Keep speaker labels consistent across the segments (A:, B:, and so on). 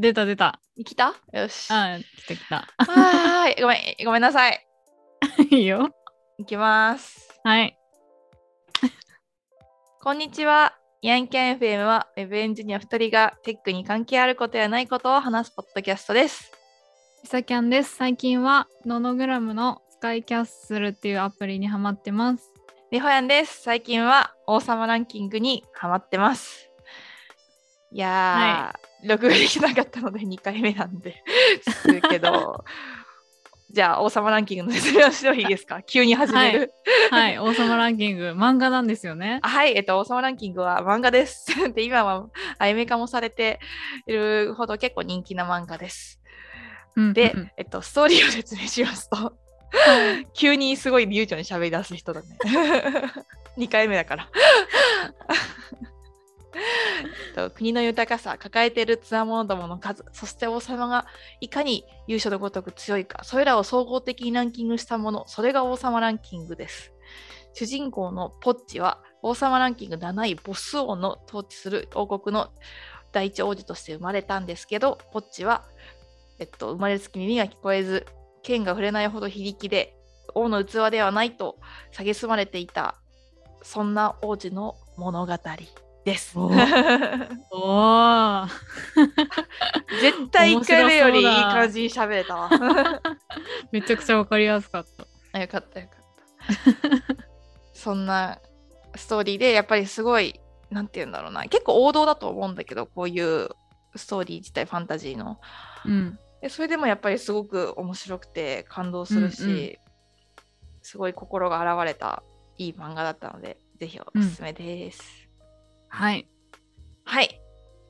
A: 出た出た。
B: 来たよし。は
A: あ、来た来た。
B: ーい。ごめん、ごめんなさい。
A: いいよ。
B: いきます。
A: はい。
B: こんにちは。ヤンキャン FM は Web エンジニア2人がテックに関係あることやないことを話すポッドキャストです。
A: ひさきゃんです。最近はノノグラムのスカイキャッスルっていうアプリにハマって ます。
B: りほやんです。最近は王様ランキングにハマってます。いやー、録画できなかったので2回目なんですけど、じゃあ王様ランキングの説明をしてもいいですか急に始める。
A: はい、王様ランキング、漫画なんですよね。
B: あはい、えっと、王様ランキングは漫画です。 で、今はアニメ化もされているほど結構人気な漫画です。
A: うん
B: で
A: うん、
B: えっと、ストーリーを説明しますと、急にすごい流暢に喋り出す人だね。2回目だから。えっと国の豊かさ、抱えている強者どもの数、そして王様がいかに勇者のごとく強いか、それらを総合的にランキングしたもの、それが王様ランキングです。主人公のポッチは王様ランキング7位ボス王の統治する王国の第一王子として生まれたんですけど、ポッチは、えっと、生まれつき耳が聞こえず、剣が触れないほど非力で、王の器ではないと蔑まれていた、そんな王子の物語です。
A: おおー
B: 絶対1回目よりいい
A: 面白そうだ
B: 感じに喋れたわ。
A: めちゃくちゃわかりやすかった。
B: あよかったよかった。そんなストーリーでやっぱりすごいなんて言うんだろうな結構王道だと思うんだけどこういうストーリー自体ファンタジーの
A: うん。
B: でそれでもやっぱりすごく面白くて感動するし、
A: うんうん
B: すごい心が洗われたいい漫画だったのでぜひおすすめです、
A: はい。
B: はい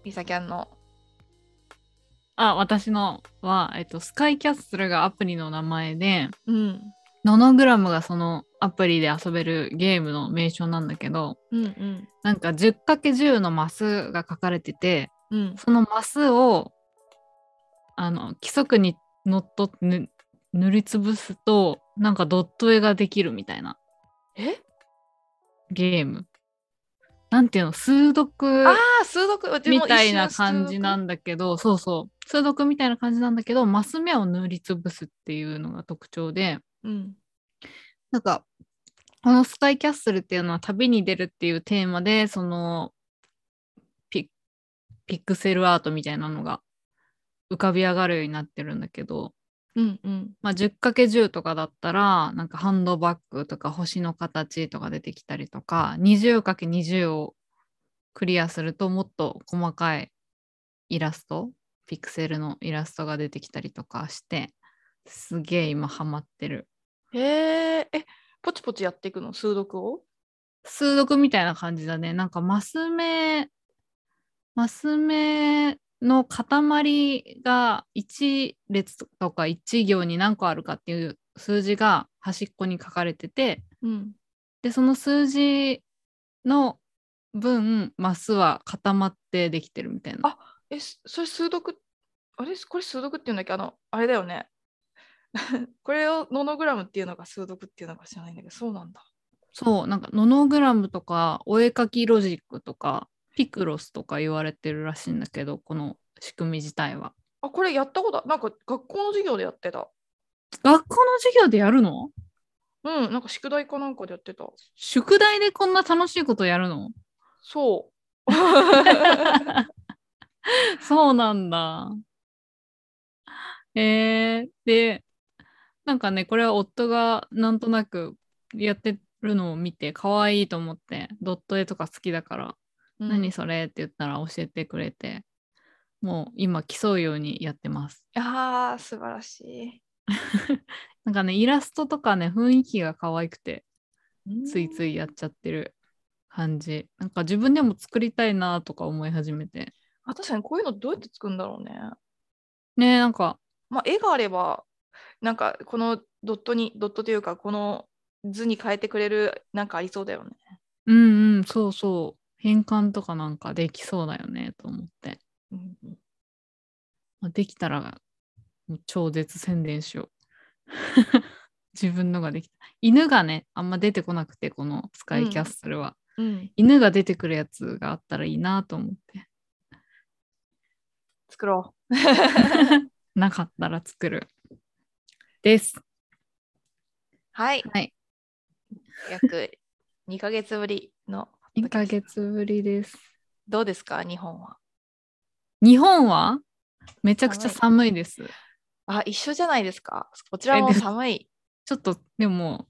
B: りさきゃんの
A: あ、私のは、えっと、スカイキャッスルがアプリの名前で、
B: うん
A: ノノグラムがそのアプリで遊べるゲームの名称なんだけど、
B: うんうん
A: なんか 10×10 のマスが書かれてて、
B: うん
A: そのマスをあの規則にのっとってぬ塗りつぶすとなんかドット絵ができるみたいな
B: え
A: ゲーム。なんていうの数読
B: ああ数読うちも
A: み
B: 一
A: たい
B: 瞬
A: な
B: 数
A: 感じなんだけどそうそう数読みたいな感じなんだけどマス目を塗りつぶすっていうのが特徴で
B: 読うん
A: なんかこの「スカイキャッスル」っていうのは旅に出るっていうテーマでそのピピクセルアートみたいなのが浮かび上がるようになってるんだけど、
B: うんうん
A: まあ、10×10 とかだったらなんかハンドバッグとか星の形とか出てきたりとか 20×20 をクリアするともっと細かいイラストピクセルのイラストが出てきたりとかしてすげえ今ハマってる
B: へええポチポチやっていくの数読を
A: 数読みたいな感じだねなんかマス目マス目の塊が1列とか1行に何個あるかっていう数字が端っこに書かれてて
B: うん
A: でその数字の分マスは固まってできてるみたいな
B: あえすそれ数読あれこれ数読っていうんだっけあのあれだよね これをノノグラムっていうのが数読っていうのか知らないんだけどそうなんだ
A: そうなんかノノグラムとかお絵描きロジックとかピクロスとか言われてるらしいんだけどこの仕組み自体は
B: あこれやったことあなんか学校の授業でやってた
A: 学校の授業でやるの
B: うんなんか宿題かなんかでやってた
A: 宿題でこんな楽しいことやるの
B: そう
A: そうなんだ。えー、でなんかねこれは夫がなんとなくやってるのを見て可愛いと思ってドット絵とか好きだから、
B: うん
A: 何それって言ったら教えてくれてもう今競うようにやってます。
B: あー素晴らし
A: なんかねイラストとかね雰囲気が可愛くて
B: い
A: ついつ
B: い
A: いやっちゃってる感じなんか自分でも作りたいなとか思い始めて
B: あ確かにこういうのどうやって作るんだろうね
A: ねえなんか
B: まあ、絵があればなんかこのドットにドットというかこの図に変えてくれるなんかありそうだよね。
A: うんうん、そうそう。変換とかなんかできそうだよねと思って。まあできたら、もう超絶宣伝しよう。 自分のができた。犬がね、あんま出てこなくて、このスカイキャッスルは。
B: うん、
A: 犬が出てくるやつがあったらいいなと思って。
B: 作ろう。
A: なかったら作る。です。
B: はい。
A: はい。
B: 約2ヶ月ぶりの、
A: 2ヶ月ぶりです。
B: どうですか、日本は。
A: 日本はめちゃくちゃ寒いです。
B: あ、一緒じゃないですか。こちら
A: え
B: も
A: でも
B: 寒い。
A: ちょっとでも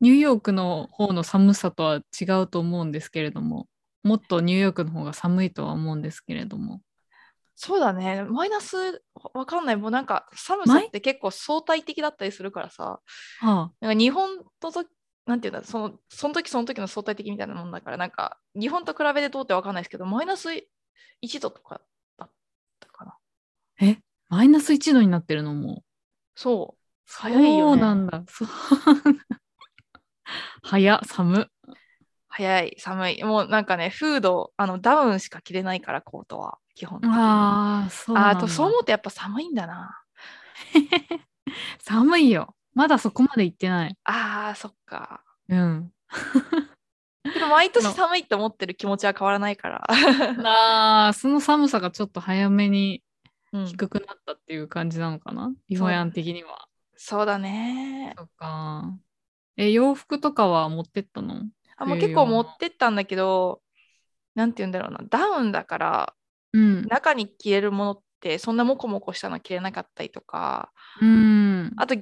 A: ニューヨークの方の寒さとは違うと思うんですけれどももっとニューヨークの方が寒いとは思うんですけれども
B: そうだね。マイナス、わかんない。もうなんか、寒さ
A: マイ
B: って結構相対的だったりするからさ。
A: は
B: なんか日本とと、なんていうんだ、その、その時その時の相対的みたいなもんだから、なんか、日本と比べてどうってわかんないですけど、マイナス1度とかだったかな。
A: あマイナス1度になってるのも
B: そう。早い
A: そう
B: よね
A: なんだそう早寒
B: 早い、寒い。もうなんかね、フード、あの、ダウンしか着れないから、コートは、基本的に。
A: ああそう
B: あ
A: なん
B: あ
A: だ
B: と、そう思うとやっぱ寒いんだな。
A: 寒いよまだそこまで行ってない
B: ああ、そっ か。
A: うん
B: でも、毎年
A: の
B: 寒いって思ってる気持ちは変わらないから。
A: あーその寒さがちょっと早めに
B: うん、
A: 低くなったっていう感じなのかな、イホヤン的には
B: そうだね。
A: そっかえ洋服とかは持ってったの
B: あもう
A: 冬
B: 結構
A: 用の
B: 持ってったんだけど、なんて言うんだろうな、ダウンだから、
A: うん。
B: 中に着れるものって、そんなモコモコしたの着れなかったりとか、
A: うん。
B: あと、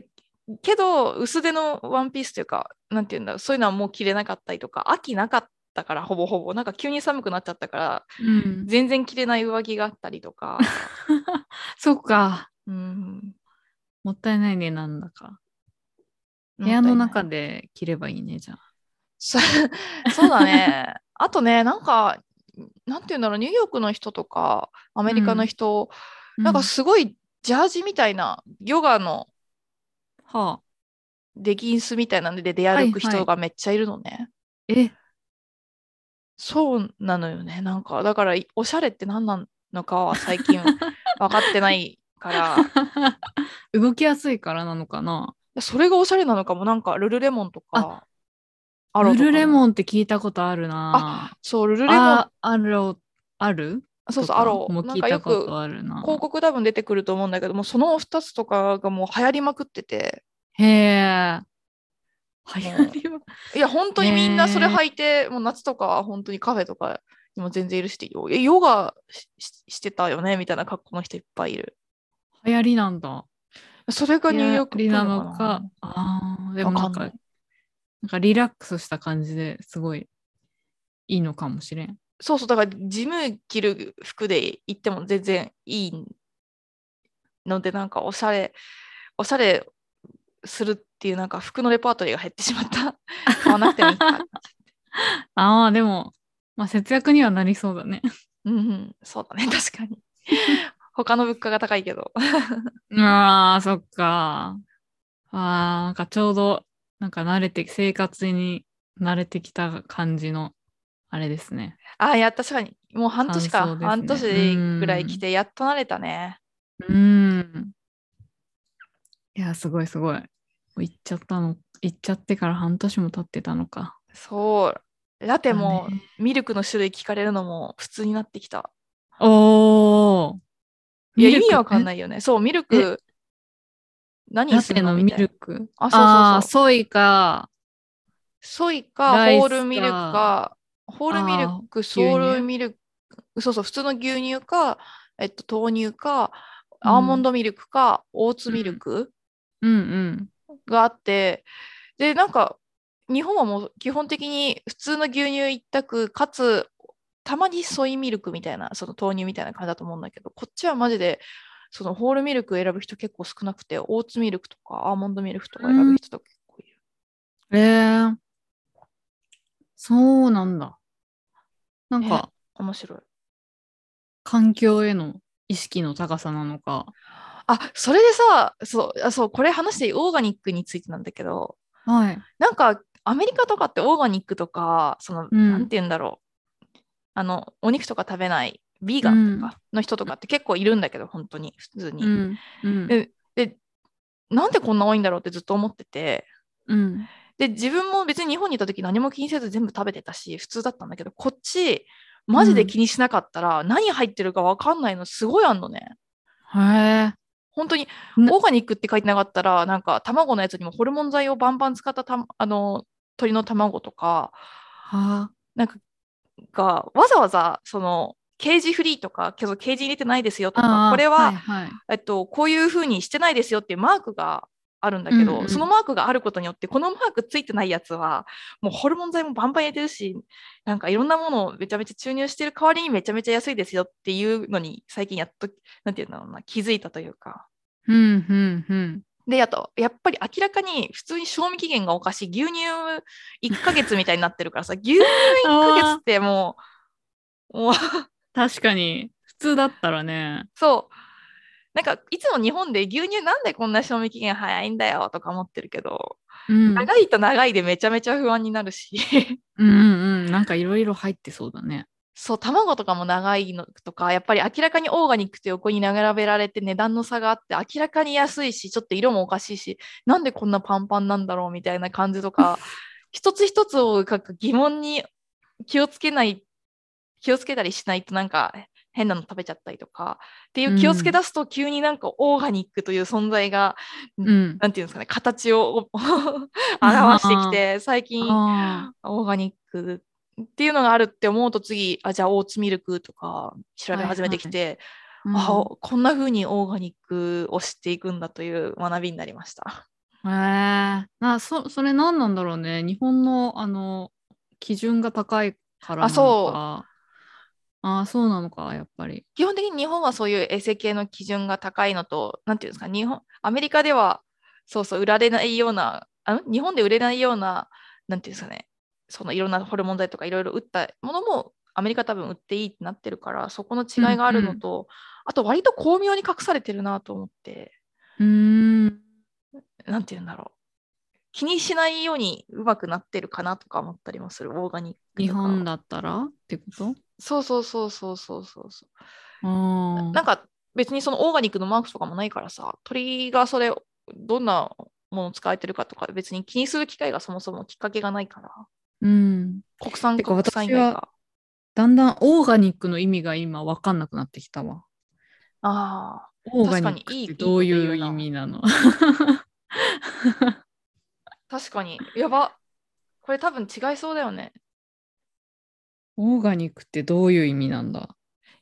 B: けど、薄手のワンピースというか、なんていうんだろう、そういうのはもう着れなかったりとか、秋なかったから、ほぼほぼ、なんか急に寒くなっちゃったから、
A: うん、
B: 全然着れない上着があったり とか、
A: そっか。
B: うん、
A: もったいないね、なんだか。部屋の中
B: で。
A: で着ればいいね、じゃあ。
B: そそうだね。あとね、なんか、なんていうんだろう、ニューヨークの人とか、アメリカの人、なん
A: う
B: かすごいジャージみたいな、ヨガの
A: はあ、
B: レギンスみたいなので出
A: はい
B: 歩
A: は
B: く
A: い
B: 人がめっちゃいるのね。
A: え、
B: そうなのよね。なんか、だから、いおしゃれって何なのかは最 近分かってないから、い
A: 動きやすいからなのかな。
B: やそれがおしゃれなのかも、なんか、ルルレモンとか、アロ
A: ルルレ
B: ン。
A: モンって聞いたことあるな。
B: そう、ルルレモン、
A: あ、アロ、ある
B: そう
A: と
B: そう、
A: か
B: アロ
A: も
B: ー。
A: う
B: な
A: 聞
B: ん
A: い
B: か
A: た
B: よ
A: こ
B: く
A: とあるな。
B: 広告多分出てくると思うんだけども、その2つとかがもう流行りまくってて、
A: へえ。流行りは。
B: いや、本当にみんなそれ
A: ねえ
B: 履いて、もう夏とかは本当にカフェとかにも全然いるし、よえヨガしししてたよねみたいな格好の人いっぱいいる。
A: 流行りなんだ。
B: それがニューヨークっぽい
A: 流行りな
B: の
A: の
B: かな
A: か。ああ、でもな
B: わか
A: ん
B: ん
A: か
B: ない
A: なんかリラックスした感じですごいいいのかもしれん。
B: そうそう、だからジム着る服で行っても全然いいので、なんかおしゃれ、おしゃれするっていう、なんか服のレパートリーが減ってしま った。買わなくてもいいか。
A: ああ、でも、まあ、節約にはなりそうだね。
B: うんうん、そうだね、確かに。他の物価が高いけど。
A: ああ、そっか。ああ、なんかちょうど、なんか慣れて、生活に慣れてきた感じの、あれですね。
B: ああ、いや、確かに。もう半年か。
A: 感想ですね
B: 半年ぐらい来て、やっと慣れたね。
A: うーん。いや、すごいすごい。もう行っちゃったの、行っちゃってから半年も経ってたのか。
B: そう。ラテも
A: だね、
B: ミルクの種類聞かれるのも普通になってきた。
A: おー。
B: いや、
A: ミ
B: 意
A: ルク
B: 味わかんないよね。そう、ミルク、何
A: ラ
B: す
A: テ
B: るの
A: の
B: み
A: ミ
B: たいな
A: ル。ク。
B: あそうそ
A: ーソ
B: うそう
A: イか。
B: ソイか、
A: ライス
B: ホ
A: か
B: ールミルクか、ホールミルク、ソー
A: 牛乳
B: ルミルク、そうそう、普通の牛乳か、えっと、豆乳か、アーモンドミルクか、オーツミルク
A: うんうん。
B: があって、で、なんか、日本はもう基本的に普通の牛乳一択、かつ、たまにソイミルクみたいな、その豆乳みたいな感じだと思うんだけど、こっちはマジで、そのホールミルク選ぶ人結構少なくて、オーツミルクとかアーモンドミルクとか選ぶ人とか結構いる。
A: えー、そうなんだ。なんか、
B: 面白い。
A: 環境への意識の高さなのか。
B: あ、それでさ、そう、あ、そう、これ話していいオーガニックについてなんだけど、
A: はい。
B: なんかアメリカとかってオーガニックとか、その、
A: うん
B: なんて言うんだろう、あの、お肉とか食べない、ビーガンとかの人とかって結構いるんだけど、本当に、普通に。
A: うん。うん
B: えで、なんでこんな多いんだろうってずっと思ってて、
A: うん。
B: で、自分も別に日本にいた時何も気にせず全部食べてたし、普通だったんだけど、こっち、マジで気にしなかったら、何入ってるかわかんないのすごいあんのね。
A: へえ。
B: 本当に
A: な
B: オーガニックって書いてなかったら、なんか卵のやつにもホルモン剤をバンバン使ったたあの鳥の卵とか
A: はあ。
B: なんかがわざわざそのケージフリーとかけどケージ入れてないですよと
A: あ
B: か
A: ー
B: これは、
A: いはい、
B: えっと、こういうふうにしてないですよっていうマークがあるんだけど、
A: うんうん
B: そのマークがあることによってこのマークついてないやつはもうホルモン剤もバンバン入れてるしなんかいろんなものをめちゃめちゃ注入してる代わりにめちゃめちゃ安いですよっていうのに最近やっとなんていうんだろうな気づいたというか。
A: うんうんうん。
B: であとやっぱり明らかに普通に賞味期限がおかしい牛乳1ヶ月みたいになってるからさ牛乳1ヶ月ってもうもう
A: 確かに普通だったらね。
B: そうなんかいつも日本で牛乳なんでこんな賞味期限早いんだよとか思ってるけど、
A: うん、
B: 長いと長いでめちゃめちゃ不安になるし
A: うんうんうんなんかいろいろ入ってそうだね。
B: そう卵とかも長いのとかやっぱり明らかにオーガニックと横に並べられて値段の差があって明らかに安いしちょっと色もおかしいしなんでこんなパンパンなんだろうみたいな感じとか一つ一つをなんか疑問に気をつけない気をつけたりしないとなんか変なの食べちゃったりとかっていう気をつけ出すと急になんかオーガニックという存在が、
A: うん。
B: なんていうんですかね形を 表してきて最近
A: あ
B: オーガニックっていうのがあるって思うと次あじゃあオーツミルクとか調べ始めてきて、
A: ーうん
B: あこんな風にオーガニックをしていくんだという学びになりました。
A: へえなそそれ何なんだろうね日本のあの基準が高いからなのか
B: あそう
A: あそうなのかやっぱり
B: 基本的に日本はそういう衛生系の基準が高いのとなんていうんですか日本アメリカではそうそう売られないようなあん日本で売れないようななんていうんですかねそのいろんなホルモン剤とかいろいろ打ったものもアメリカ多分売っていいってなってるからそこの違いがあるのと、あと割と巧妙に隠されてるなと思って。
A: うーん
B: なんて言うんだろう。気にしないようにうまくなってるかなとか思ったりもする、オーガニック
A: 日
B: とか。
A: 本だったらってこと
B: そうそうそうそうそうそうそうう。
A: ん
B: なんか別にそのオーガニックのマークとかもないからさ、鳥がそれ、どんなもの使われてるかとか、別に気にする機会がそもそもきっかけがないから、
A: うん
B: 国産
A: てか
B: か国
A: 私は
B: 産以外が。
A: だんだんオーガニックの意味が今分かんなくなってきたわ
B: ああ、
A: オーガニック
B: い
A: っ
B: い
A: てどういう
B: いいこと言うな
A: 意味なの
B: 確かに。やば。これ多分違いそうだよね。
A: オーガニックってどういう意味なんだ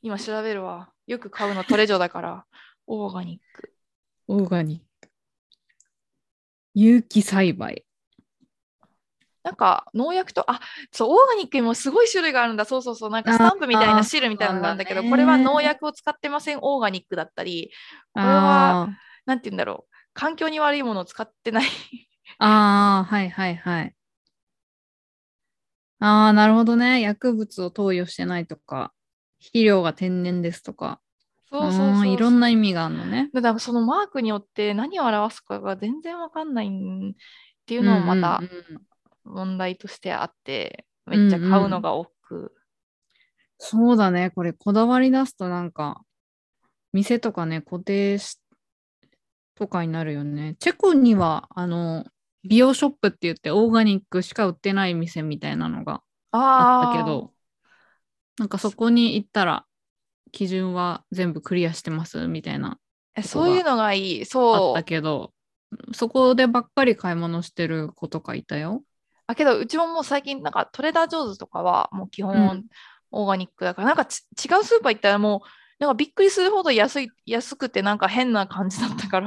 B: 今調べるわ。よく買うのトレジョだから、オーガニック。
A: オーガニック有機栽培
B: なんか農薬とあそうオーガニックにもすごい種類があるんだそうそうそうなんか
A: あー
B: スタンプみたいな汁みたいなのなんだけど
A: そうだね
B: これは農薬を使ってませんオーガニックだったりこれは
A: あ
B: なんて言うんだろう環境に悪いものを使っ てない
A: あああはいはいはいああなるほどね薬物を投与してないとか肥料が天然ですとか
B: そうそう
A: ー
B: そうん
A: いろんな意味があるのね
B: だからそのマークによって何を表すかが全然わかんないんっていうのもまた
A: うんうんうん
B: 問題としてあって
A: んうん
B: めっちゃ買うのが多く
A: そうだねこれこだわり出すとなんか店とかね固定しとかになるよねチェコにはあの美容ショップって言ってオーガニックしか売ってない店みたいなのがあ
B: あ
A: っ
B: ー
A: たけどなんかそこに行ったら基準は全部クリアしてますみたいな
B: えそういうのがいい
A: あっ
B: そ
A: た
B: う
A: けどそこでばっかり買い物してる子とかいたよ。
B: あけどうちももう最近なんかトレーダー・ジョーズとかはもう基
A: う
B: 本
A: ん
B: オーガニックだから、なんかち違うスーパー行ったらもうなんかびっくりするほど安い安くてなんか変な感じだったから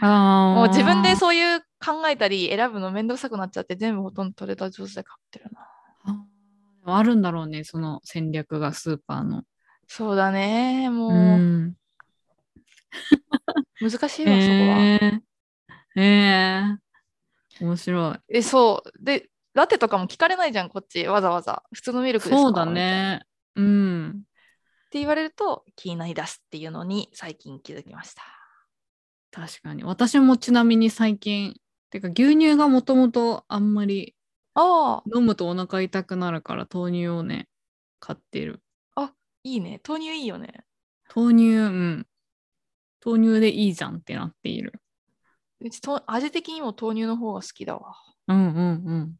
B: も
A: も
B: う自分でそういう考えたり選ぶのめんどくさくなっちゃって全部ほとんどトレーダー・ジョーズで買ってるな
A: あるんだろうねその戦略がスーパーの。
B: そうだねも
A: う、
B: うん難しいわ、そこは
A: えー、えー、面白い。
B: えそうでラテとかも聞かれないじゃんこっちわざわざ普通のミルクですか
A: そうだ
B: みたいなっ
A: ね。うん。
B: て言われると気になりだすっていうのに最近気づきました
A: 確かに。私もちなみに最近、てか牛乳がもともとあんまり
B: ああ
A: 飲むとお腹痛くなるから豆乳をね、買ってる。
B: いいね豆乳いいよね
A: 豆乳、うん。豆乳でいいじゃんってなっている。
B: うちと味的にも豆乳の方が好きだわ。
A: うんうんうん。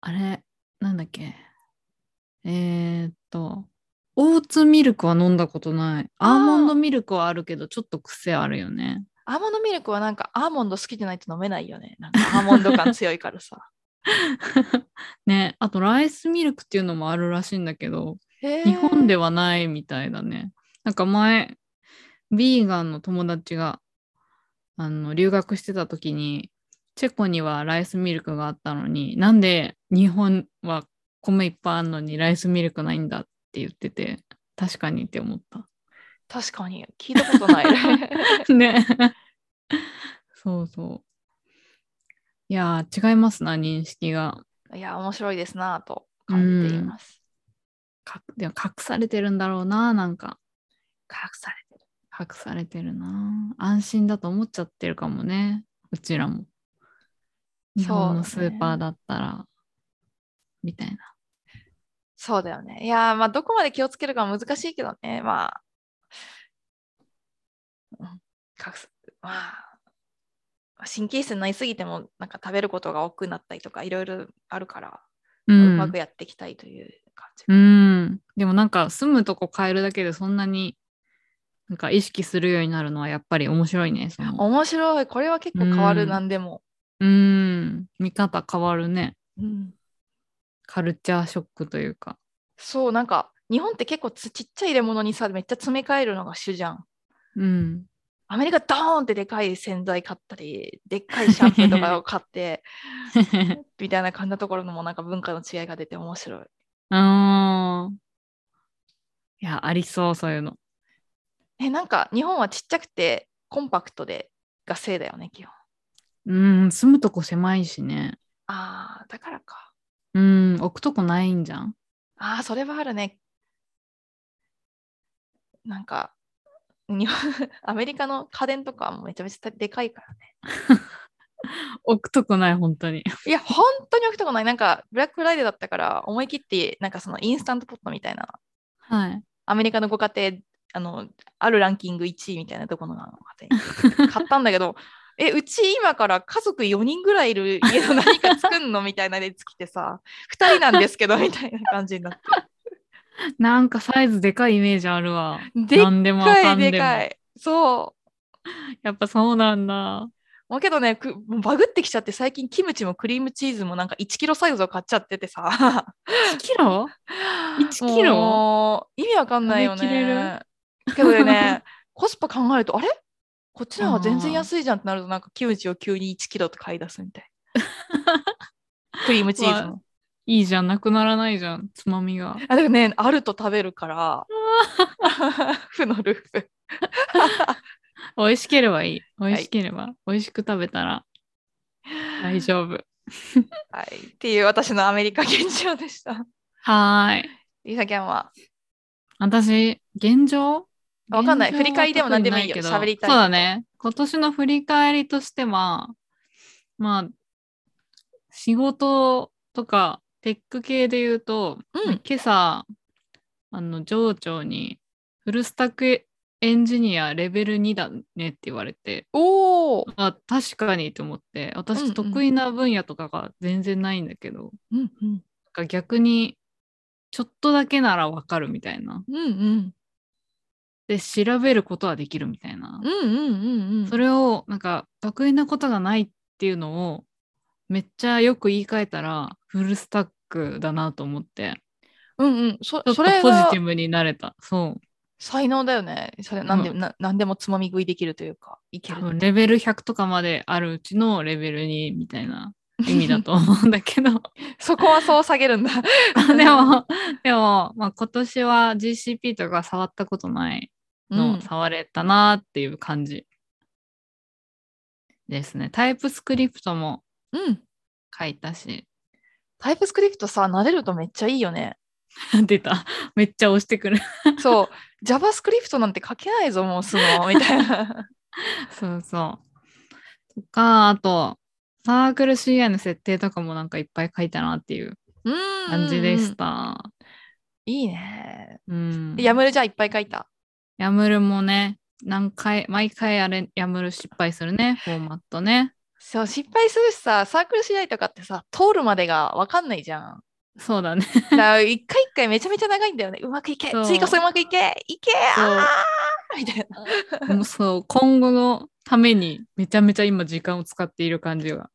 A: あれ、なんだっけ。えーっと、オーツミルクは飲んだことない。アーモンドミルクはあるけど、ちょっと癖あるよね。
B: アーモンドミルクはなんかアーモンド好きじゃないと飲めないよね。なんかアーモンド感強いからさ。
A: ね、あとライスミルクっていうのもあるらしいんだけど、日
B: 日
A: 本で
B: は。
A: はないみたいだね。なんか前、ビーガンの友達があの留学してた時に、チェコにはライスミルクがあったのに、なんで日本は米いっぱいあるのにライスミルクないんだって言ってて、確かにって思った。
B: 確かに聞いたことない。
A: ね。そうそう。いやー、違いますな、認識が。
B: いや、面白いですなぁと感じています。
A: かでも隠されてるんだろうな、なんか。
B: 隠されてる。
A: 隠されてるなぁ安心だと思っちゃってるかもねうちらも日本のス
B: そうだね
A: ーパーだったら、みたいな
B: そうだよね。いやー、まあ、どこまで気をつけるかは難しいけどね。まあ、うん隠す、まあ、神経質になりすぎても、なんか食べることが多くなったりとか、いろいろあるから、
A: う
B: うんまくやっていきたいという感じ。
A: うんでもなんか住むとこ変えるだけでそんなになんか意識するようになるのはやっぱり面白いねその
B: 面白い。これは結構変わ
A: う
B: る、
A: ん
B: なんでも。
A: うん見方変わるね
B: うん
A: カルチャーショックというか
B: そう、なんか、日本って結構つちっちゃい入れ物にさ、めっちゃ詰め替えるのが主じゃん。
A: うん
B: アメリカドーンってでかい洗剤買ったり、でっかいシャンプーとかを買って、 みたいな感じのところのもなんか文化の違いが出て面白い。
A: あいやありそうそういうの
B: え、なんか日本はちっちゃくてコンパクトでがせいだよね、基本。
A: うん住むとこ狭いしね
B: ああ、だからか。
A: うん、置くとこないんじゃん。
B: ああ、それはあるね。なんか、日本 アメリカの家電とかもめちゃめちゃでかいからね。
A: 置くとこない、本当に。
B: いや、本当に置くとこない。なんか、ブラックフライデーだったから、思い切って、なんかそのインスタントポットみたいな
A: はい。
B: アメリカのご家庭あのあるランキング1位みたいなところの家 庭に買ったんだけどえうち今から家族4人ぐらいいる家の何か作んのみたいなやつ来てさ2人なんですけ どみたいな感じになって
A: なんかサイズでかいイメージあるわ。
B: でっ
A: なんでもあ
B: か
A: か
B: い
A: んで
B: で
A: も。
B: かいそう
A: やっぱそうなんだ。
B: もうけどねくもうバグってきちゃって最近キムチもクリームチーズもなんか1キロサイズを買っちゃっててさ
A: 1キロ1キロ
B: もう意味わかんないよ
A: 食べきれ
B: ねけど ねコスパ考えるとあれこっちの方が全然
A: あー
B: 安いじゃんってなるとなんかキムチを急に1キロと買い出すみたい なクリームチーズも、
A: いいじゃん、なくならないじゃん、つまみが。
B: あ、だからねあると食べるから 負のループ
A: 美味しければいい。美味しければ。美味しく食べたら大丈夫。
B: はい、っていう私のアメリカ現状でした
A: はーい。
B: りさきゃんは
A: 私、現状
B: わかんない
A: 現状は
B: 振り返りでも何でもいいよ
A: 特にな
B: 喋りたい
A: そうだね。今年の振り返りとしては、まあ、仕事とか、テック系で言うと、
B: うん
A: 今朝、あの、上長に、フルスタックエンジニアレベル2だねって言われて、
B: おお、
A: あ、確かにと思って、
B: うんうん
A: 私得意な分野とかが全然ないんだけど、
B: うんうん、
A: なんか逆に、ちょっとだけならわかるみたいな。
B: うんうん
A: で、調べることはできるみたいな
B: うん。うんうんうん
A: それをなんか得意なことがないっていうのをめっちゃよく言い換えたらフルスタックだなと思って
B: うんうんそ
A: ちょっ
B: そ
A: と
B: れ
A: ポジ
B: が
A: ティブになれたそう
B: 才能だよねそれ何で,、な何でもつまみ食いできるというかいけ
A: 多
B: る
A: 分レベル100とかまであるうちのレベル2みたい な意味だと思うんだけど
B: そこはそう下げるんだ。
A: でもでも、まあ、今年は GCP とか触ったことないのを触れたなっていう感じですね、タイプスクリプトも
B: うん、うん。
A: 書いたし
B: タイプスクリプトさ、慣れるとめっちゃいい よね。
A: 出ためっちゃ押してくる
B: そう。JavaScript なんて書けないぞ、もうすぐ、 みたいな。
A: そうそう。とか、あと、サークル CI の設定とかもなんかいっぱい書いたなっていう
B: うんうんうん。
A: 感じでした。
B: いいね。
A: うん。
B: やむるじゃあいっぱい書いた。
A: やむるもね、何回、毎回あれ、やむる失敗するね、フォーマットね。
B: そう、失敗するしさ、サークル次第とかってさ、通るまでがわかんないじゃん。
A: そうだね。
B: だから一回一回めちゃめちゃ長いんだよね。うまくいけ
A: そう
B: 追加そううまくいけいけあーみたいな。
A: もうそう、今後のためにめちゃめちゃ今時間を使っている感じが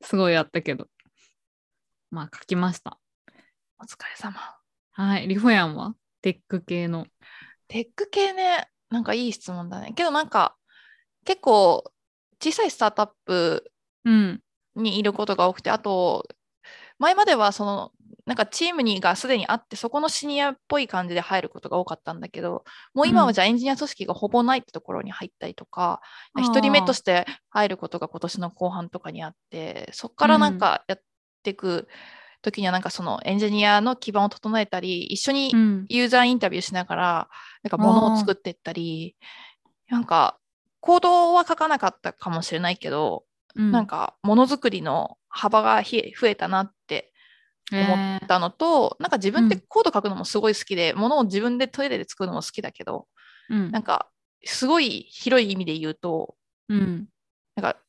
A: すごいあったけど。まあ書きました。
B: お疲れ様。
A: はい。リホヤンはテック系の。
B: テック系ね、なんかいい質問だね。けどなんか結構小さいスタートアップ
A: うん。
B: にいることが多くて、あと前まではそのなんかチームにがすでにあって、そこのシニアっぽい感じで入ることが多かったんだけど、もう今
A: う
B: は
A: ん
B: じゃあエンジニア組織がほぼないってところに入ったりとか、一人目として入ることが今年の後半とかにあってそこからなんかやっていく時にはなんかそのエンジニアの基盤を整えたり一緒に
A: うん。
B: ユーザーインタビューしながらなんか物を作っていったりなんか行動は書かなかったかもしれないけど、なんかものづくりの幅がひえ増えたなって
A: うん、
B: 思
A: え
B: ったのと、なんか自分で
A: うん
B: コード書くのもすごい好きで、物を自分でトイレで作るのも好きだけど
A: ーうん
B: なんかすごい広い意味で言うと
A: うん。
B: なんか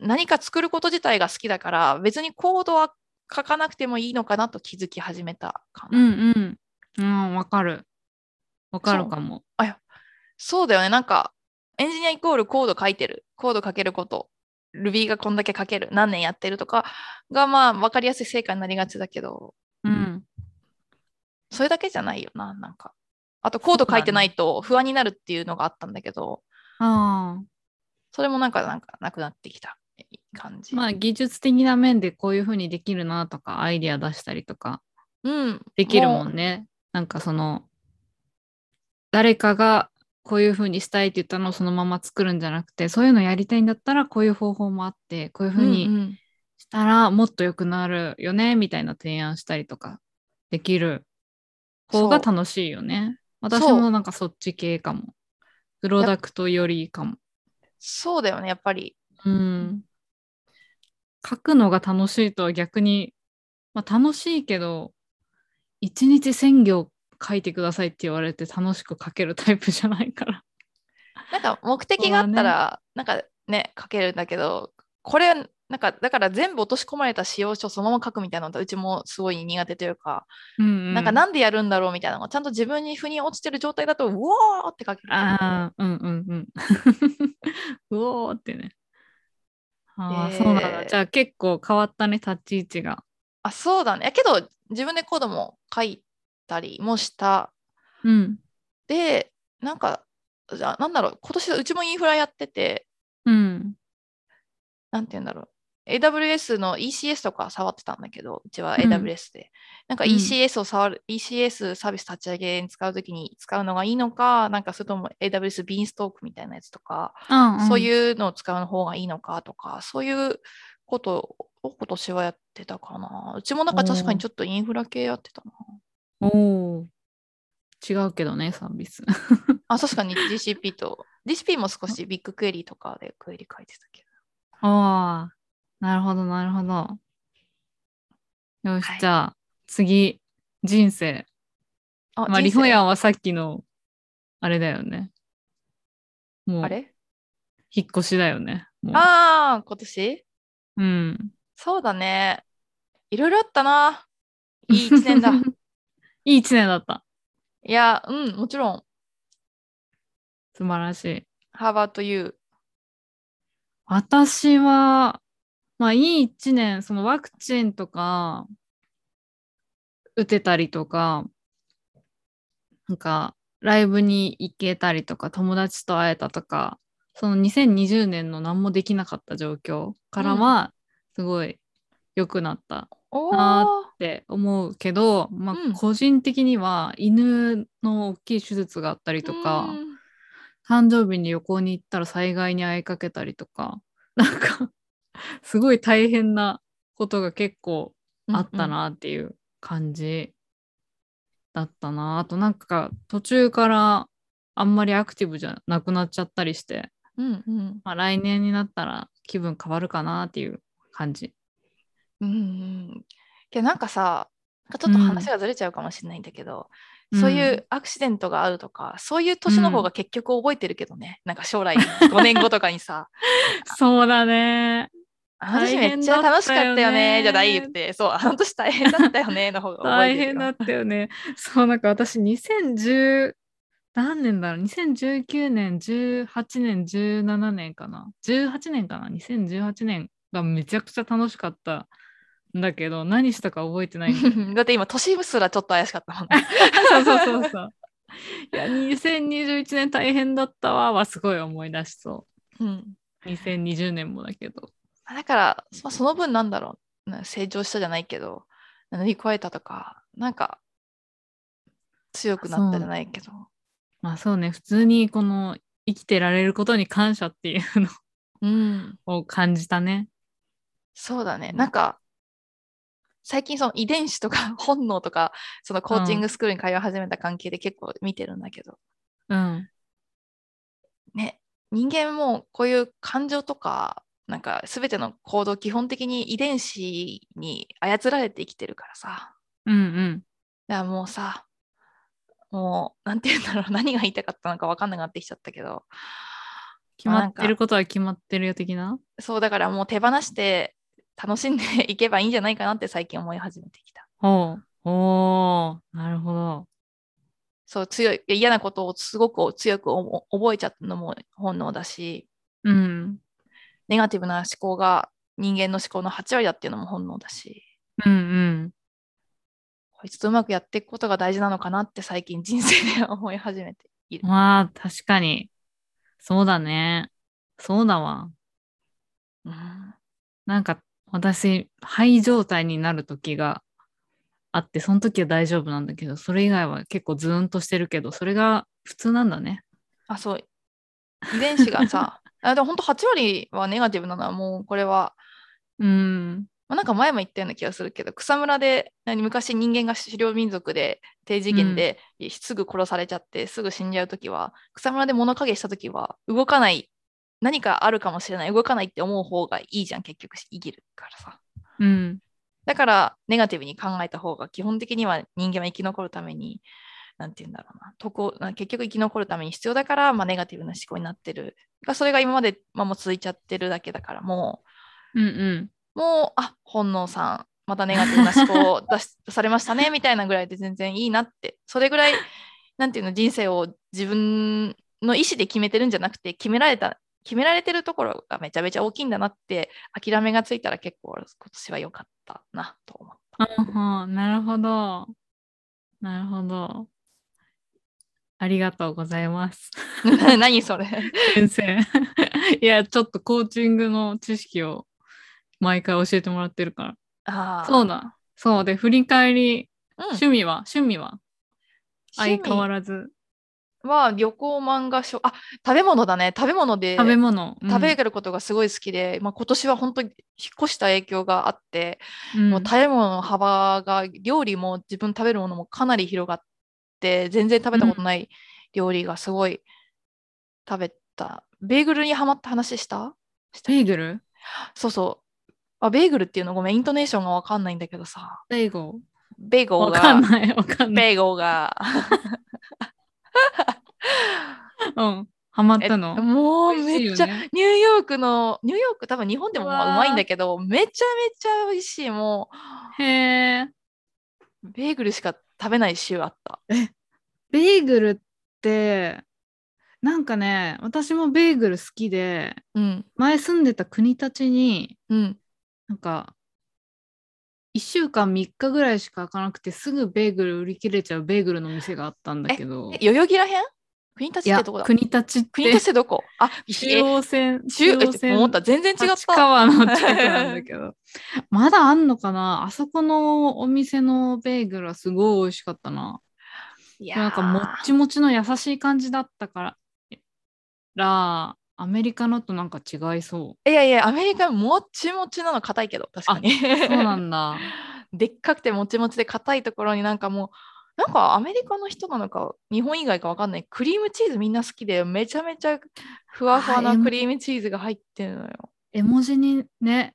B: 何か作ること自体が好きだから別にコードは書かなくてもいいのかなと気づき始めたか
A: う
B: な。
A: んうん。うん、わかる。わかるかも。
B: そうだよねなんかエンジニアイコールコード書いてるコード書けること Ruby がこんだけ書ける何年やってるとかがまあ分かりやすい成果になりがちだけど
A: うん。
B: それだけじゃないよななんか。あとコード書いてないと不安になるっていうのがあったんだけど
A: ああ。
B: それもなんかなんかなくなってきた感じ。
A: まあ技術的な面でこういうふうにできるなとかアイディア出したりとか
B: うん、
A: できるも
B: ね
A: んね。なんかその誰かがこういうふうにしたいって言ったのをそのまま作るんじゃなくてそういうのやりたいんだったらこういう方法もあってこういうふうにしたらもっと良くなるよねみたいな提案したりとかできる方が楽しいよね。私もなんかそっち系かも。プロダクトよりかも。
B: そうだよねやっぱり
A: うん。書くのが楽しいとは逆に、まあ、楽しいけど、一日1000行書いてくださいって言われて楽しく書けるタイプじゃないから。
B: なんか目的があったら、なんかね書けるんだけどこれなんかだから全部落とし込まれた使用書そのまま書くみたいなのがうちもすごい苦手というか、
A: うん、
B: なんかなんでやるんだろうみたいなのがちゃんと自分に腑に落ちてる状態だとうおーって書ける
A: ああ、うんうんうん。 うおーってね。ああ、
B: で
A: そうなんだ。じゃあ結構変わったね、立ち位置が。
B: あそうだねけど自分でコードも書いたりもした
A: うん。
B: でなんかじゃあなんだろう今年うちもインフラやってて
A: うん。
B: なんて言うんだろう。AWS の ECS とか触ってたんだけど、うちは
A: うん
B: AWS で。なんか
A: うん
B: ECS を触る、ECS サービス立ち上げに使うときに使うのがいいのか、なんかそれとも AWS ビーンストークみたいなやつとか、
A: あ
B: そう
A: う
B: いうのを使う方がいいのかとか、そういうことを今年はやってたかな。うちもなんか確かにちょっとインフラ系やってたな。
A: ん。おお。違うけどね、サービス。
B: あ、確かに GCP と、GCP も少しビッグクエリとかでクエリ書いてたけど。
A: ああ、なるほど、なるほど。よし、
B: はい
A: じゃあ、次、人生。
B: あ、
A: まあ、
B: 人
A: リ
B: 生
A: ホヤンはさっきの、あれだよね。もう
B: あ、れ
A: 引っ越しだよね。もう
B: ああ、今年
A: うん。
B: そうだね。いろいろあったな。いい 一年だ。い
A: いい一年だった。
B: や、うん、もちろん、
A: 素晴らしい。
B: ハーバーという。
A: 私は、まあ、いい一年、そのワクチンとか、打てたりとか、なんか、ライブに行けたりとか、友達と会えたとか、その2020年の何もできなかった状況からは、すごい良くなったっ
B: お
A: あ
B: ー
A: て思うけど、まあ
B: うん、
A: 個人的には犬の大きい手術があったりとか、
B: うん
A: 誕生日に旅行に行ったら災害に遭いかけたりとか、 なんか、すごい大変なことが結構あった。なっていう感じだったな。あとなんか途中からあんまりアクティブじゃなくなっちゃったりして、
B: うんうん。
A: まあ、来年になったら気分変わるかなっていう感じ。
B: うんうん。けどなんかさ、なんかちょっと話がずれちゃうかもしれないんだけど、そうい
A: ん
B: うアクシデントがあるとか、そういう年の方が結局覚えてるけどね。なんか将来5年後とかにさ、
A: そうだね。
B: あの年めっちゃ楽しかったよねじゃない言って、そう、あの年大変だったよねの方が覚
A: 大
B: えてる
A: 変
B: よ。
A: だったよね。そう、なんか私、2010、何年だろう、2019年、18年、17年かな。18年かな、2018年がめちゃくちゃ楽しかったんだけど、何したか覚えて ないんだよね
B: だって今、年すらちょっと怪しかったもん ね。
A: そうそうそうそう。いや、2021年大変だったわはすごい思い出しそ
B: うん
A: う。2020年もだけど。
B: だから、まあ、その分なんだろうな成長したじゃないけど乗り越えたとかなんか強くなったじゃないけど
A: まあそうね、普通にこの生きてられることに感謝っていうの
B: うん
A: を感じたね。
B: そうだねなんか最近その遺伝子とか 本能とかそのコーチングスクールに通い始めた関係で結構見てるんだけど、
A: うん。
B: ね人間もこういう感情とかなんか全ての行動基本的に遺伝子に操られて生きてるからさ
A: うんうん。
B: だからもうさ、もう、なんて言うんだろう、何が言いたかったのか分かんなくなってきちゃったけど、
A: 決まってることは決まってるよ的な。
B: そう、だからもう手放して楽しんでいけばいいんじゃないかなって最近思い始めてきた。
A: ほう。おー、なるほど。
B: そう、強い、嫌なことをすごく強く思覚えちゃったのも本能だし、
A: うん。
B: ネガティブな思考が人間の思考の8割だっていうのも本能だし、
A: うんうん。
B: こいつとうまくやっていくことが大事なのかなって最近人生で思い始めている。
A: まあ、確かに。そうだね。そうだわ。
B: うん
A: なんか、私、肺状態になる時があって、その時は大丈夫なんだけど、それ以外は結構ズーンとしてるけど、それが普通なんだね。
B: あ、そう。遺伝子がさ、あでも本当8割はネガティブなのはもうこれは、
A: うん。
B: まあ、なんか前も言ったような気がするけど、草むらで何昔人間が狩猟民族で低次元ですぐ殺されちゃってすぐ死んじゃうときは、草むらで物陰したときは動かない、何かあるかもしれない、動かないって思う方がいいじゃん、結局生きるからさ。
A: うん。
B: だからネガティブに考えた方が基本的には人間は生き残るために何て言うんだろうな得をな結局生き残るために必要だから、まあ、ネガティブな思考になってるがそれが今まで、まあ、もう続いちゃってるだけだからも
A: うんうん。
B: うもうあ本能さんまたネガティブな思考を出し出されましたねみたいなぐらいで全然いいなってそれぐらい何て言うの人生を自分の意思で決めてるんじゃなくて決められた決められてるところがめちゃめちゃ大きいんだなって諦めがついたら結構今年は良かったなと思った。
A: はんなるほど。なるほど。ありがとうございます。
B: な 何それ
A: 先生。 いや、ちょっとコーチングの知識を毎回教えてもらってるか
B: あ
A: ら。
B: ー
A: そうだ。そうで、振り返り、
B: うん
A: 趣味は、趣味は相変わ
B: 趣
A: らず。
B: 味は旅行漫画書あ食べ物だね食べ物で
A: 食べ物。
B: 食べることがすごい好きで、まあ、今年は本当に引っ越した影響があって、
A: うん、
B: もう食べ物の幅が料理も自分食べるものもかなり広がって全然食べたことない料理がすごい食べた、ベーグルにはまった話したした
A: ベーグル
B: そうそうあベーグルっていうのごめんイントネーションがわかんないんだけどさ
A: ベーゴ
B: ベーゴ
A: わ
B: ーが
A: かんない、 わかんない。
B: ベーゴ ーが
A: うん。ハマっ
B: え
A: たの。
B: もう
A: 美
B: め
A: 味しい
B: っ
A: よ
B: ちゃ、
A: ね
B: ニューヨークのニューヨーク多分日本でもまあ
A: うわー
B: うまいんだけどめちゃめちゃ美味しいも
A: へえ。
B: うベーグルしか食べない週あった
A: ベーグルって、なんかね、私もベーグル好きで、
B: うん
A: 前住んでた国立に、
B: うん
A: なんか、1週間3日ぐらいしか開かなくて、すぐベーグル売り切れちゃうベーグルの店があったんだけど
B: え、代々木らへん国立
A: い
B: っ
A: や、
B: てどこだ
A: 国立って、
B: 国立ってどこあ
A: 中
B: え
A: 央線、
B: 中えって思った全然違っ
A: 立
B: た
A: 川の近くなんだけどまだあんのかなあそこのお店のベーグルはすごい美味しかったないなんかもっちもちの優しい感じだったからアメリカのとなんか違いそ
B: いやいやアメリカもっちもちなの硬いけど確かに
A: うそうな
B: だ
A: んだ
B: でっかくてもちもちで硬いところになんかもうなんかアメリカの人なのか日本以外かわかんないクリームチーズみんな好きでめちゃめちゃふわふわ
A: あ
B: な
A: えん
B: クリームチーズが入ってるのよ。
A: 絵文字にね